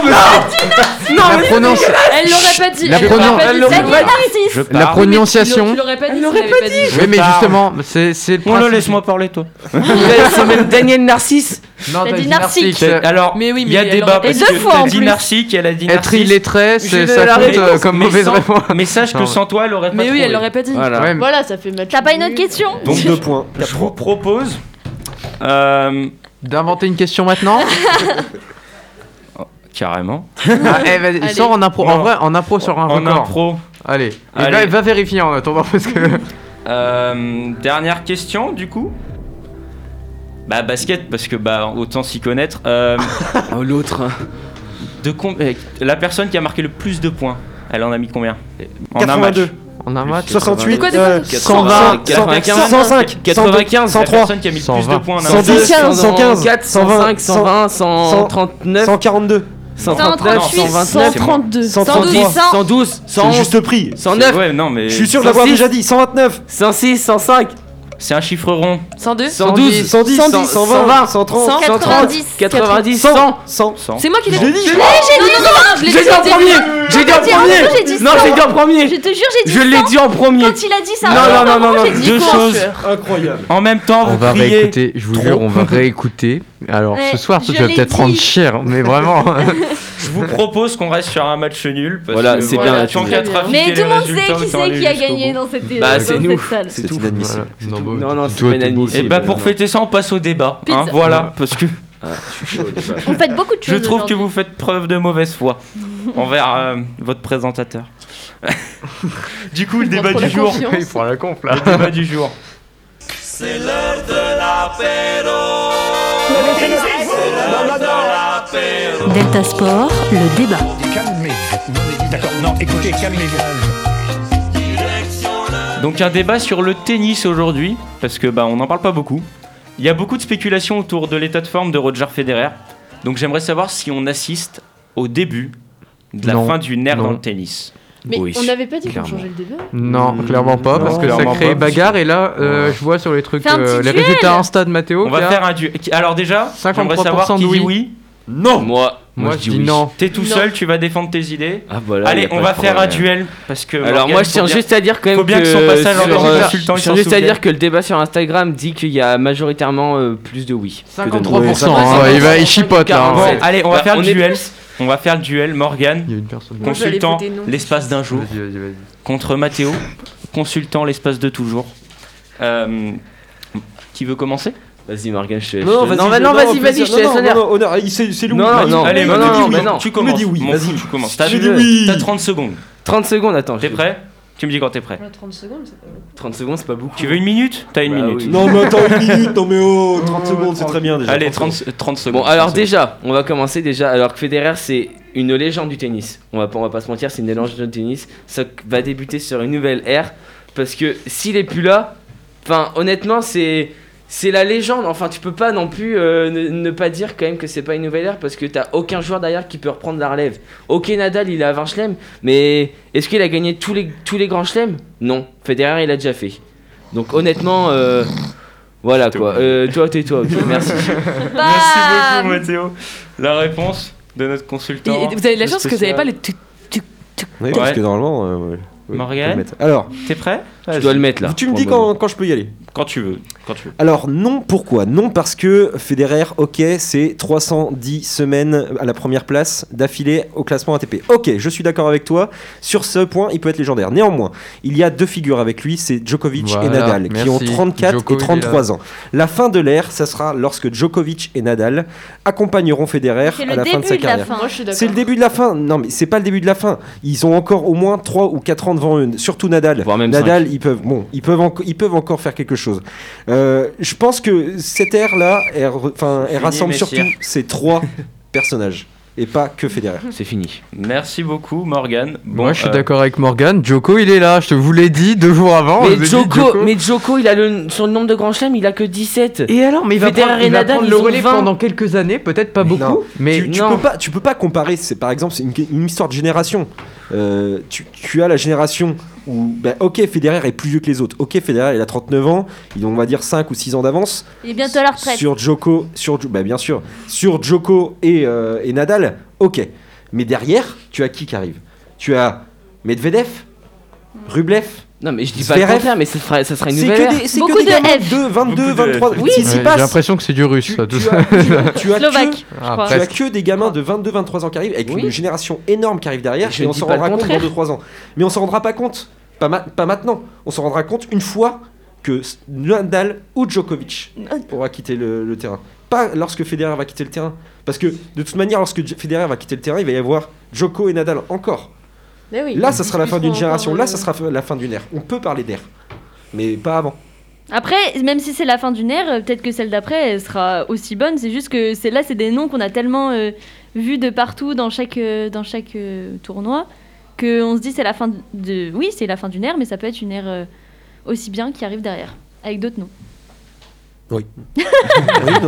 S8: monsieur- La prononce-
S9: Elle l'aurait pas dit.
S8: La
S9: elle l'aurait
S8: pronon-
S9: pas dit,
S8: elle
S9: c'est
S10: Il a
S8: l'aurait
S10: dit
S9: dit.
S8: pas
S10: Narcisse.
S5: Je
S8: La
S5: parle.
S9: Tu
S8: prononciation.
S9: l'aurait pas dit. Elle l'aurait pas dit.
S8: Oui, mais
S5: parle.
S8: justement, c'est c'est le
S5: Bon, là,
S8: principe.
S5: laisse-moi parler, toi.
S7: C'est même Daniel Narcisse.
S8: Non,
S10: T'as
S8: t'as
S10: dit
S8: dit
S10: narcique.
S8: narcique.
S5: C'est- Alors,
S9: Mais oui,
S5: il
S9: mais
S5: y a
S9: elle
S5: débat
S9: l'aurait pas
S5: parce
S10: dit. Et deux
S5: que
S10: fois,
S5: t'as
S10: en
S5: dit
S10: plus.
S5: Narcic, elle a dit
S8: Être
S5: Narcisse.
S8: illettré,
S7: Je
S8: c'est-
S7: vais la
S8: ça compte euh,
S7: réponse,
S8: comme
S5: mais
S8: mauvaise
S5: sans-
S8: réponse.
S5: Mais sache que
S8: Non.
S5: sans toi, elle aurait pas
S9: Mais oui,
S5: trouvé.
S9: elle l'aurait pas dit.
S7: Voilà.
S8: Ouais, mais-
S11: Voilà, ça fait match.
S10: T'as pas une autre
S11: nul.
S10: question
S6: Donc deux points.
S5: Je vous propose. euh,
S8: D'inventer une question maintenant
S5: carrément.
S8: ah, eh, vas-y,
S11: Allez.
S8: Sors en impro. En
S5: Non.
S8: vrai, en impro sur un
S5: en
S8: record.
S5: impro.
S8: Allez. Et
S5: Allez.
S8: là, va vérifier en attendant parce que.
S5: Euh, dernière question, du coup. Bah, basket, parce que bah, autant s'y connaître. Euh,
S7: Oh, l'autre.
S5: de com- euh, la personne qui a marqué le plus de points, elle en a mis combien En un
S6: 82.
S5: match.
S8: On a un match.
S6: 68.
S9: quoi, des
S6: euh,
S9: points
S6: 120.
S7: 95,
S6: 105.
S7: 95,
S5: 103. La
S6: 103.
S5: personne qui a mis le plus
S8: 120.
S5: de points en un match.
S6: 110, 115,
S7: 104, 105, 120, 139,
S6: 142.
S7: 139,
S10: 138,
S11: 132.
S7: 129,
S6: 133.
S7: 112,
S6: C'est
S7: 111,
S6: juste prix.
S7: 109,
S5: Ouais, non, mais.
S6: Je suis sûr de l'avoir
S7: 106.
S6: déjà dit. 129.
S7: 106, 105,
S5: C'est un chiffre rond.
S9: 102.
S7: 112,
S6: 110,
S7: 100,
S6: 120, 130,
S10: 190.
S7: 90, 100.
S6: 100, 100.
S9: C'est moi qui l'ai
S6: Je l'ai
S9: dit.
S6: dit.
S9: Je l'ai dit. Non, non, non, je l'ai
S7: J'ai dit en
S9: au début.
S7: premier, j'ai dit en
S10: J'ai dit en premier, j'ai
S7: premier.
S10: dit
S7: Non,
S10: cent.
S7: j'ai dit en
S10: Je
S7: premier.
S10: te jure, j'ai dit
S7: Je l'ai
S10: cent.
S7: dit en premier.
S10: Quand il a dit ça,
S7: Non,
S10: alors,
S7: non, non,
S10: moi,
S7: non,
S10: j'ai
S7: non,
S10: dit
S5: Deux
S10: con.
S5: choses.
S6: Incroyable.
S5: En même temps,
S8: On
S5: vous
S8: va
S5: criez.
S8: réécouter, je vous jure, on va réécouter. Alors
S10: Ouais,
S8: ce soir, toi,
S10: je
S8: tu vas
S10: l'ai
S8: peut-être
S10: dit.
S8: prendre cher, mais vraiment.
S5: Je vous propose qu'on reste sur un match nul. Parce
S7: Voilà,
S5: que
S7: c'est
S9: bien,
S5: tant
S9: tu
S5: qu'à
S9: dis.
S5: trafiquer
S10: Mais
S5: les
S10: tout le monde
S5: résultats,
S10: sait qui
S5: autant
S10: c'est
S5: aller
S10: qui a
S5: jusqu'au
S10: gagné
S5: bout.
S10: dans cette euh,
S7: Bah,
S10: dans
S7: c'est
S10: cette
S7: nous.
S10: salle.
S6: C'est inadmissible.
S8: Non, bah,
S7: Non, non,
S8: tout a été
S7: c'est pas
S8: beau,
S7: inadmissible.
S5: Et
S8: c'est
S5: bah,
S8: bon.
S5: pour fêter ça, on passe au débat. hein,
S9: Pizza.
S5: voilà, parce que
S10: On fait beaucoup de
S5: je
S10: choses.
S5: trouve que
S10: aujourd'hui.
S5: vous faites preuve de mauvaise foi envers euh, votre présentateur. du coup, le débat
S11: Pour
S5: du
S11: la
S5: jour.
S11: confiance.
S8: Il prend la conf là.
S5: Le débat du jour.
S1: C'est l'heure de l'apéro.
S2: Delta Sport, le débat.
S5: Donc un débat sur le tennis aujourd'hui, parce que bah on n'en parle pas beaucoup. Il y a beaucoup de spéculations autour de l'état de forme de Roger Federer. Donc j'aimerais savoir si on assiste au début de la
S8: Non.
S5: fin d'une ère
S8: Non.
S5: dans le tennis.
S11: Mais
S7: Oui,
S11: on n'avait pas dit qu'on
S7: clairement.
S11: changeait le débat.
S8: Non, clairement pas,
S7: Non,
S8: parce que ça
S5: clairement
S8: crée
S5: pas, parce
S8: bagarre. Et là, euh, je vois sur les trucs,
S10: Fais un
S8: euh,
S10: petit
S8: les
S10: duel.
S8: résultats Insta de Mathéo.
S5: On va
S8: là,
S5: faire un duel. Alors déjà, j'aimerais savoir
S8: 53%
S5: qui
S8: oui.
S5: dit oui.
S6: Non.
S7: Moi,
S8: Moi, je dis non.
S5: T'es tout
S11: Non.
S5: seul, tu vas défendre tes idées.
S7: Ah, voilà, y
S5: Allez,
S7: a pas
S5: on
S7: de
S5: va faire un
S7: problème.
S5: duel parce que.
S7: Alors
S5: Morgane,
S7: moi je tiens
S5: faut bien-
S7: juste à dire quand même
S5: faut bien que son passage en
S7: sur,
S5: tant que
S7: euh,
S5: consultant, il
S7: je tiens
S5: s'en
S7: juste à
S5: souvienne.
S7: dire que le débat sur Instagram dit qu'il y a majoritairement euh, plus de oui. que de non.
S8: 53%,
S6: Ouais,
S8: hein,
S6: ça
S8: il, va, il chipote là. hein.
S5: Bon,
S7: 47.
S5: allez, on va
S7: Bah,
S5: faire
S7: on
S5: le
S7: est-
S5: duel. On va faire le duel Morgan,
S8: Il y a une personne.
S11: Moi, j'allais
S5: consultant
S11: voter non.
S5: l'espace d'un jour.
S8: Vas-y, vas-y, vas-y.
S5: contre Mathéo, consultant l'espace de toujours. Euh, qui veut commencer
S7: Vas-y Morgan, je te laisse. non,
S6: Non, vas-y,
S7: bah, non, vas-y, vas-y, je te laisse
S6: Non,
S7: honneur.
S6: non, honneur, il- c'est c'est Louis.
S7: Non,
S6: Vas-y,
S7: non,
S6: allez,
S7: mais
S6: vas-y,
S7: non,
S6: dis
S7: non,
S6: oui.
S7: mais non.
S5: tu
S6: me
S5: commences.
S6: dis oui,
S5: M'en
S6: vas-y.
S5: fous, tu commences. T'as
S6: J'ai dit
S5: t'as
S6: oui.
S5: 30 secondes.
S7: 30 secondes, attends.
S5: T'es
S7: je-
S5: prêt Tu me dis quand t'es prêt.
S11: 30 secondes, c'est pas mal.
S7: 30 secondes, c'est pas beaucoup.
S5: Tu veux une minute T'as une
S7: Bah
S5: minute.
S7: oui.
S6: Non, mais attends une minute. Non, mais oh, 30 secondes, c'est très bien déjà.
S5: Allez, 30, euh, 30 secondes.
S7: Bon, alors
S5: 30 secondes.
S7: déjà, on va commencer déjà. Alors que Federer, c'est une légende du tennis. On va pas, on va pas se mentir, c'est une légende du tennis. Ça va débuter sur une nouvelle ère. Parce que s'il est plus là, enfin, honnêtement, c'est. C'est la légende, enfin tu peux pas non plus euh, ne, ne pas dire quand même que c'est pas une nouvelle ère parce que t'as aucun joueur derrière qui peut reprendre la relève. Ok Nadal il a 20 chelems, mais est-ce qu'il a gagné tous les, tous les grands chelems Non, Federer il a déjà fait. Donc honnêtement, euh, voilà quoi. Euh, toi tais-toi, ok, merci.
S5: Merci
S10: Bam.
S5: beaucoup, Mathéo. La réponse de notre consultant.
S9: Et- et Vous avez de la chance que vous
S5: Spécial.
S9: avez pas les. tuk-
S6: Oui, parce
S5: Ouais.
S6: que normalement. euh, ouais. Ouais, faut
S5: Morgane
S6: le mettre. Alors,
S5: T'es prêt
S6: Ah,
S7: tu dois
S6: je-
S7: le mettre là.
S6: Tu me
S7: pour
S6: dis
S7: le moment.
S6: quand, quand je peux y aller.
S5: Quand tu veux. Quand tu veux.
S6: Alors non, pourquoi Non parce que Federer, ok, c'est 310 semaines à la première place d'affilée au classement ATP. Ok, je suis d'accord avec toi. Sur ce point, il peut être légendaire. Néanmoins, il y a deux figures avec lui, c'est Djokovic et
S8: Voilà,
S6: Nadal, qui
S8: merci.
S6: ont 34
S8: Djoko,
S6: et
S8: il est
S6: 33
S8: là.
S6: ans. La fin de l'ère, ça sera lorsque Djokovic et Nadal accompagneront Federer
S10: C'est
S6: à
S10: le
S6: la fin de sa
S10: début de la
S6: carrière.
S10: fin.
S11: Moi, je suis d'accord.
S6: C'est le début de la fin. Non, mais c'est pas le début de la fin. Ils ont encore au moins 3 ou 4 ans devant eux. Surtout Nadal.
S7: Voire même
S6: Nadal, ils peuvent, bon, ils peuvent, enco- ils peuvent encore faire quelque chose. Euh, je pense que cette ère-là, elle, re- 'fin, elle
S5: Fini,
S6: rassemble
S5: messieurs.
S7: hein.
S6: surtout ces trois personnages. Et pas que Federer.
S7: C'est fini.
S5: Merci beaucoup, Euh, Morgan.
S8: Moi, je suis d'accord avec Morgan. Joko, il est là. Je te vous l'ai dit deux jours avant. je vous
S7: Mais
S8: ai dit,
S7: Joko, mais Joko, il a le, son nombre de grands chelems, il a que 17.
S8: Et alors, mais il va
S7: Federer
S8: prendre,
S7: et
S8: il va
S7: Nadal,
S8: prendre
S7: ils
S8: le
S7: ont
S8: relais
S7: 20.
S8: pendant quelques années, peut-être pas
S6: Mais
S8: beaucoup,
S6: non.
S8: mais
S6: tu, tu
S7: non.
S6: peux pas, tu peux pas comparer. C'est par exemple, c'est une, une histoire de génération. Euh, tu, tu as la génération où, bah, ok, Federer est plus vieux que les autres. Ok, Federer, il a 39 ans. Il a, on va dire 5 ou 6 ans d'avance.
S10: Il est bientôt à la retraite.
S6: Sur Joko, sur, Jo- bah bien sûr, sur Joko et, euh, et Nadal, ok. Mais derrière, tu as qui qui arrive Tu as Medvedev, Rublev.
S7: Non, mais je dis pas le
S6: Zverev.
S7: contraire, mais ce sera- ça sera une
S6: C'est
S7: nouvelle ère.
S6: que des, c'est
S10: Beaucoup
S6: que des
S10: de
S6: gamins
S10: F.
S6: 22, 22,
S5: Beaucoup de F.
S6: 23.
S5: Oui.
S6: si,
S8: Ouais,
S6: si,
S8: j'ai
S6: passe.
S8: l'impression que c'est du russe,
S6: Tu,
S8: ça, tout
S6: tu
S8: ça.
S6: as, tu as- tu as que,
S10: Slovaque.
S8: Ah,
S10: crois.
S6: tu as
S8: presque.
S6: que des gamins de 22, 23 ans qui arrivent avec
S7: Oui.
S6: une génération énorme qui arrive derrière
S7: Et je
S6: et
S7: ne
S6: on
S7: dis
S6: s'en
S7: pas le
S6: rendra compte dans
S7: contraire.
S6: 2-3 ans. Mais on s'en rendra pas compte, pas, ma- pas maintenant. On s'en rendra compte une fois que s- Nadal ou Djokovic aura quitté le, le terrain. Pas lorsque Federer va quitter le terrain. Parce que de toute manière, lorsque Dj- Federer va quitter le terrain, il va y avoir Djoko et Nadal encore.
S11: Mais oui,
S6: Là, ça sera la
S11: ils
S6: fin
S11: sont
S6: d'une
S11: encore,
S6: génération.
S11: euh,
S6: Là, ça sera la fin d'une ère. On peut parler d'ère. Mais pas avant.
S10: Après, même si c'est la fin d'une ère, euh, peut-être que celle d'après elle sera aussi bonne. C'est juste que c'est là, c'est des noms qu'on a tellement euh, vus de partout dans chaque euh, dans chaque euh, tournoi que on se dit c'est la fin de- de. Oui, c'est la fin d'une ère, mais ça peut être une ère euh, aussi bien qui arrive derrière avec d'autres noms.
S6: oui, non,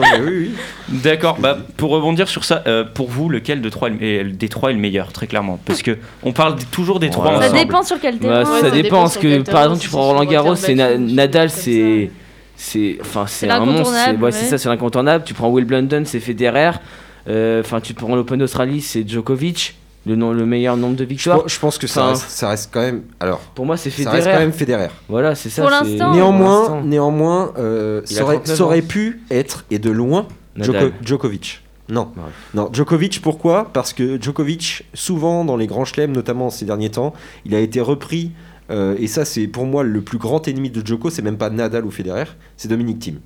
S6: mais oui, oui.
S5: D'accord, bah, pour rebondir sur ça, euh, pour vous, lequel de trois est le- est- des trois est le meilleur, très clairement Parce que on parle d- toujours des trois
S7: Voilà.
S10: Ça
S5: ensemble.
S10: dépend sur quel
S7: Bah,
S10: terrain.
S7: ça,
S11: ça
S7: dépend,
S11: dépend
S7: parce
S11: sur
S7: que
S11: quel
S7: par
S11: terrain,
S7: exemple, tu
S11: si
S7: prends
S11: c'est sur
S7: Roland Garros,
S11: Roger
S7: c'est Na-
S11: Federer,
S7: Nadal,
S11: comme ça.
S7: c'est. C'est enfin, c'est
S10: C'est
S7: un monstre, c'est
S10: l'incontournable,
S7: ouais, c'est
S10: ouais.
S7: ça, c'est l'incontournable. Tu prends Will Blunden, c'est Federer. Euh, Enfin, tu prends l'Open d'Australie, c'est Djokovic, le, nom- le meilleur nombre de
S6: Je,
S7: victoires.
S6: pense- je pense que ça
S7: Enfin,
S6: reste, ça reste quand même. Alors,
S7: Pour moi, c'est
S6: ça reste quand
S7: Federer.
S6: même Federer.
S7: Voilà, c'est ça.
S10: Pour
S7: c'est-
S10: l'instant.
S7: pour
S6: Néanmoins,
S7: l'instant.
S6: néanmoins euh,
S7: Il a
S6: ça aurait,
S7: 39
S6: ça aurait
S7: ans.
S6: pu être, et de loin,
S7: Nadal.
S6: Djoko- Djokovic. Non.
S7: Ouais.
S6: non, Djokovic, pourquoi Parce que Djokovic, souvent dans les grands chelems, notamment ces derniers temps, il a été repris, euh, et ça c'est pour moi le plus grand ennemi de Djoko, c'est même pas Nadal ou Federer, c'est Dominique Thiem.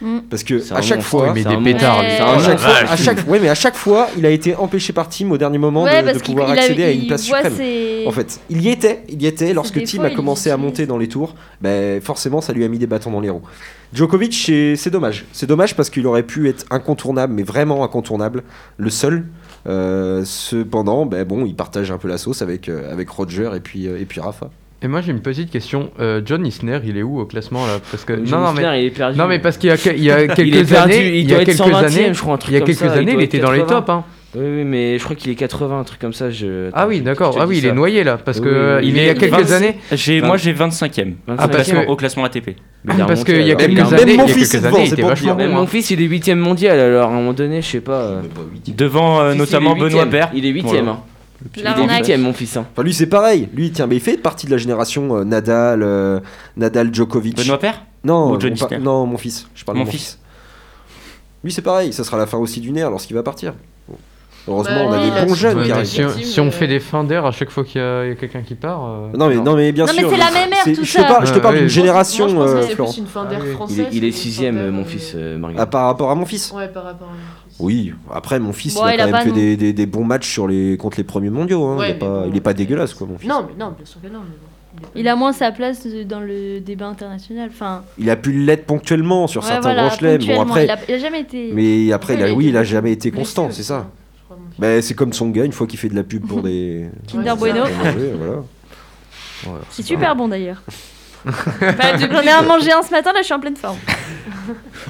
S10: Mm.
S6: Parce que
S7: C'est un
S6: euh, à chaque
S7: monstre, hein,
S6: fois,
S8: Oui, mais
S7: c'est
S8: des
S7: un monstre.
S8: pétards,
S10: lui.
S7: C'est
S10: Ah,
S7: un
S6: à
S7: monstre.
S6: chaque fois, à chaque- ouais, mais à chaque fois, il a été empêché par Tim au dernier moment
S10: ouais,
S6: de- de,
S10: parce qu'il
S6: pouvoir
S10: il a-
S6: accéder à une
S10: il
S6: place
S10: voit
S6: suprême.
S10: ses-
S6: En fait, il y était, il y était. Lorsque
S10: des
S6: Tim
S10: fois,
S6: a
S10: il
S6: commencé à
S10: utilise.
S6: monter dans les tours, ben, forcément, ça lui a mis des bâtons dans les roues. Djokovic, c'est c'est dommage. C'est dommage parce qu'il aurait pu être incontournable, mais vraiment incontournable, le seul. Euh, cependant, ben bon, il partage un peu la sauce avec, euh, avec Roger et puis, euh, et puis Rafa.
S8: Et moi, j'ai une petite question. Euh, John Isner, il est où au classement là Parce que non,
S7: John
S8: non,
S7: Isner,
S8: mais
S7: il est perdu.
S8: non, mais parce qu'il y a, que- il y a quelques
S7: il est perdu,
S8: années,
S7: il
S8: il y
S7: doit
S8: a
S7: être
S8: quelques
S7: 120e,
S8: années,
S7: je crois, un truc
S8: il y a
S7: comme
S8: quelques
S7: ça,
S8: années, il,
S7: doit
S8: était
S7: être
S8: dans les
S7: 80.
S8: tops. hein.
S7: Oui, oui, mais je crois qu'il est 80, un truc comme ça. Je...
S8: Ah oui, d'accord. Ah oui, il est
S7: noyé.
S8: noyé là, parce
S7: Oui,
S8: que
S7: oui,
S8: il
S7: oui.
S8: y a
S7: Mais
S8: quelques
S7: 26.
S8: années,
S5: ah, J'ai- Moi j'ai 25ème
S7: Ah,
S5: au,
S7: parce
S5: classement-
S8: que-
S5: au classement ATP.
S8: parce qu'il y a
S6: Même-
S8: quelques
S6: même
S8: années,
S6: mon
S8: il y a
S6: fils
S8: quelques
S6: est devant,
S8: années, il
S6: c'est
S8: était
S6: pour
S8: vachement
S6: dire.
S8: bon.
S7: Même
S8: hein.
S7: mon fils, il est 8ème mondial, alors à un moment donné, je sais pas. euh,
S5: Devant euh,
S7: si, si,
S5: notamment
S7: il est
S5: Benoît
S7: huitième. hein.
S5: Paire.
S7: Il est 8
S5: Voilà.
S7: Il
S10: La
S7: est
S10: arnaque.
S7: 8 mon fils. hein.
S6: Enfin, lui, c'est pareil. Lui, tiens, mais il fait partie de la génération euh, Nadal, euh, Nadal, Djokovic.
S5: Benoît Paire
S6: non,
S5: ou John
S6: mon pa-
S5: Isner
S6: non, mon fils. Je parle de
S5: Mon
S6: mon
S5: fils.
S6: fils. Lui, c'est pareil. Ça sera la fin aussi d'une ère lorsqu'il va partir. Bon. Heureusement, on a
S10: Bah,
S6: des
S10: il a
S6: bons
S10: tout
S6: jeunes
S8: Ouais,
S6: qui
S8: mais
S6: arrivent.
S8: si, on-
S11: Team,
S8: si on
S11: euh,
S8: fait des fins d'air à chaque fois qu'il y a, il y a quelqu'un qui part. euh,
S6: Non mais, non, mais bien
S10: Non, mais
S6: sûr.
S10: c'est la même ère,
S6: C'est-
S10: tout
S6: je te parle, je te
S8: ça.
S6: parle d'une
S8: Ouais,
S6: génération,
S11: Moi, je pense
S6: euh,
S11: que c'est
S6: Florent.
S11: plus une fin
S8: Ah
S11: d'ère
S8: oui.
S11: française.
S7: Il est, il est
S11: qu'une fin
S7: sixième,
S11: d'ère,
S7: mon
S11: euh,
S7: fils, euh, Marguerite.
S6: Ah, par rapport à mon fils.
S11: Ouais, par rapport à mon fils.
S6: Oui, après mon fils,
S10: Bon,
S6: il a
S10: il
S6: quand
S10: a
S6: même
S10: pas
S6: fait
S10: non-
S6: des, des- des bons matchs sur les contre les premiers mondiaux. hein.
S11: Ouais,
S6: il, est
S11: mais
S6: pas,
S11: bon.
S6: il est pas dégueulasse quoi, mon fils.
S11: Non, mais non, bien sûr que non. mais bon. est pas-
S10: Il a moins sa place euh, dans le débat international. Enfin,
S6: Il a pu l'être ponctuellement sur
S10: ouais,
S6: certains
S10: voilà,
S6: grands chelems. Bon
S10: ponctuellement,
S6: après,
S10: il, a, il a jamais été.
S6: mais après, il a-
S11: Ouais,
S6: oui, il a
S11: été
S6: jamais été
S11: blessé
S6: constant,
S11: aussi,
S6: c'est ça. Bah,
S11: je crois, mon fils.
S6: Mais c'est comme son gars une fois qu'il fait de la pub pour des.
S10: Kinder
S11: Ouais,
S10: Bueno.
S6: pour manger, voilà.
S10: C'est super bon d'ailleurs.
S9: Pas de
S10: J'en ai un mangé un ce matin, là je suis en pleine forme.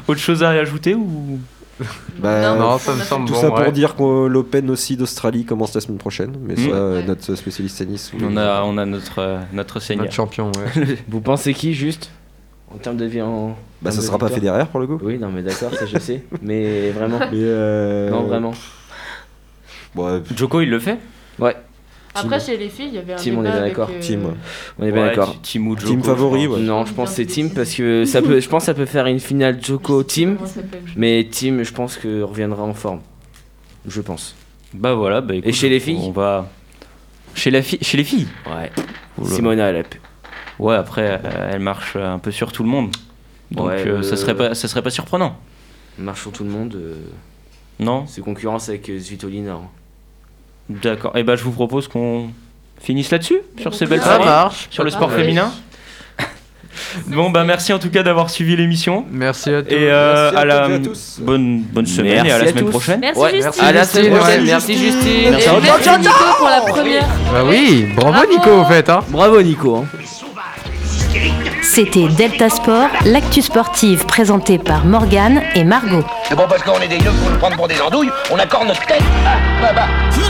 S5: Autre chose à ajouter ou
S9: Ah,
S6: Bah,
S8: Non, ça me semble
S6: Tout
S8: bon.
S6: ça pour
S8: ouais.
S6: dire que l'Open aussi d'Australie commence la semaine prochaine. Mais
S5: Mm.
S6: ça, euh,
S11: Ouais.
S6: notre spécialiste tennis. oui.
S5: on a on a notre euh, notre seigneur.
S8: Notre champion, ouais.
S5: Ah,
S7: Vous pensez qui, juste En termes de vie en.
S6: Bah,
S7: en
S6: ça
S7: termes de
S6: sera pas
S7: victoire
S6: Federer pour le coup.
S7: Oui, non, mais d'accord, ça je sais. Mais vraiment.
S6: Mais, euh,
S7: Non, vraiment.
S6: bon, euh,
S5: Joko il le fait
S7: Ouais.
S9: Après, chez les filles, il y avait un
S7: Team, on est
S9: débat
S7: bien
S9: avec,
S7: d'accord.
S9: euh,
S7: On est bien
S5: Ouais,
S7: d'accord.
S5: Ti- Team ou Joko,
S6: Team favori,
S5: je pense.
S6: ouais.
S7: Non, je pense que c'est Team parce que ça peut, je pense que ça peut faire une finale Joko Team,
S9: Comment ça s'appelle, je-
S7: mais Team, je pense que reviendra en forme. Je pense.
S5: Bah voilà, bah écoute,
S7: chez les filles
S5: On va. Chez, la fi- chez les filles
S7: Ouais.
S5: Oula.
S7: Simona Alep.
S5: Ouais, après, euh, elle marche euh, un peu sur tout le monde. Donc
S7: Ouais,
S5: euh,
S7: euh,
S5: ça, serait pas, ça serait pas surprenant.
S7: Marche sur tout le monde. euh,
S5: Non
S7: c'est concurrence avec euh, Svitolina. hein.
S5: D'accord. Et bah je vous propose qu'on finisse là-dessus, sur ces belles
S8: Ah,
S9: Ça
S5: paroles,
S8: marche.
S5: sur le sport
S9: Parfait.
S5: féminin. bon, bah merci en tout cas d'avoir suivi l'émission.
S8: Merci à tous.
S5: Et euh,
S6: Merci à
S5: à la
S6: toutes et à tous.
S5: bonne, bonne semaine
S7: Merci
S5: et à la
S7: à
S5: semaine
S7: tous.
S5: prochaine.
S10: Merci
S7: Ouais, ah,
S10: Justine.
S7: À la
S8: Justine.
S7: semaine prochaine,
S8: Ouais.
S7: merci Justine.
S9: Et merci Nico pour
S6: Oh,
S9: la première.
S8: Bah oui, bravo Nico en fait. Hein.
S7: Bravo Nico. hein.
S4: Les sauvages, les hystériques.
S2: C'était Delta Sport, l'actu sportive présentée par Morgane et Margot.
S3: C'est pas parce qu'on est des yeux qu'on nous prend pour des andouilles, on accorde notre tête. Ah, bah, bah.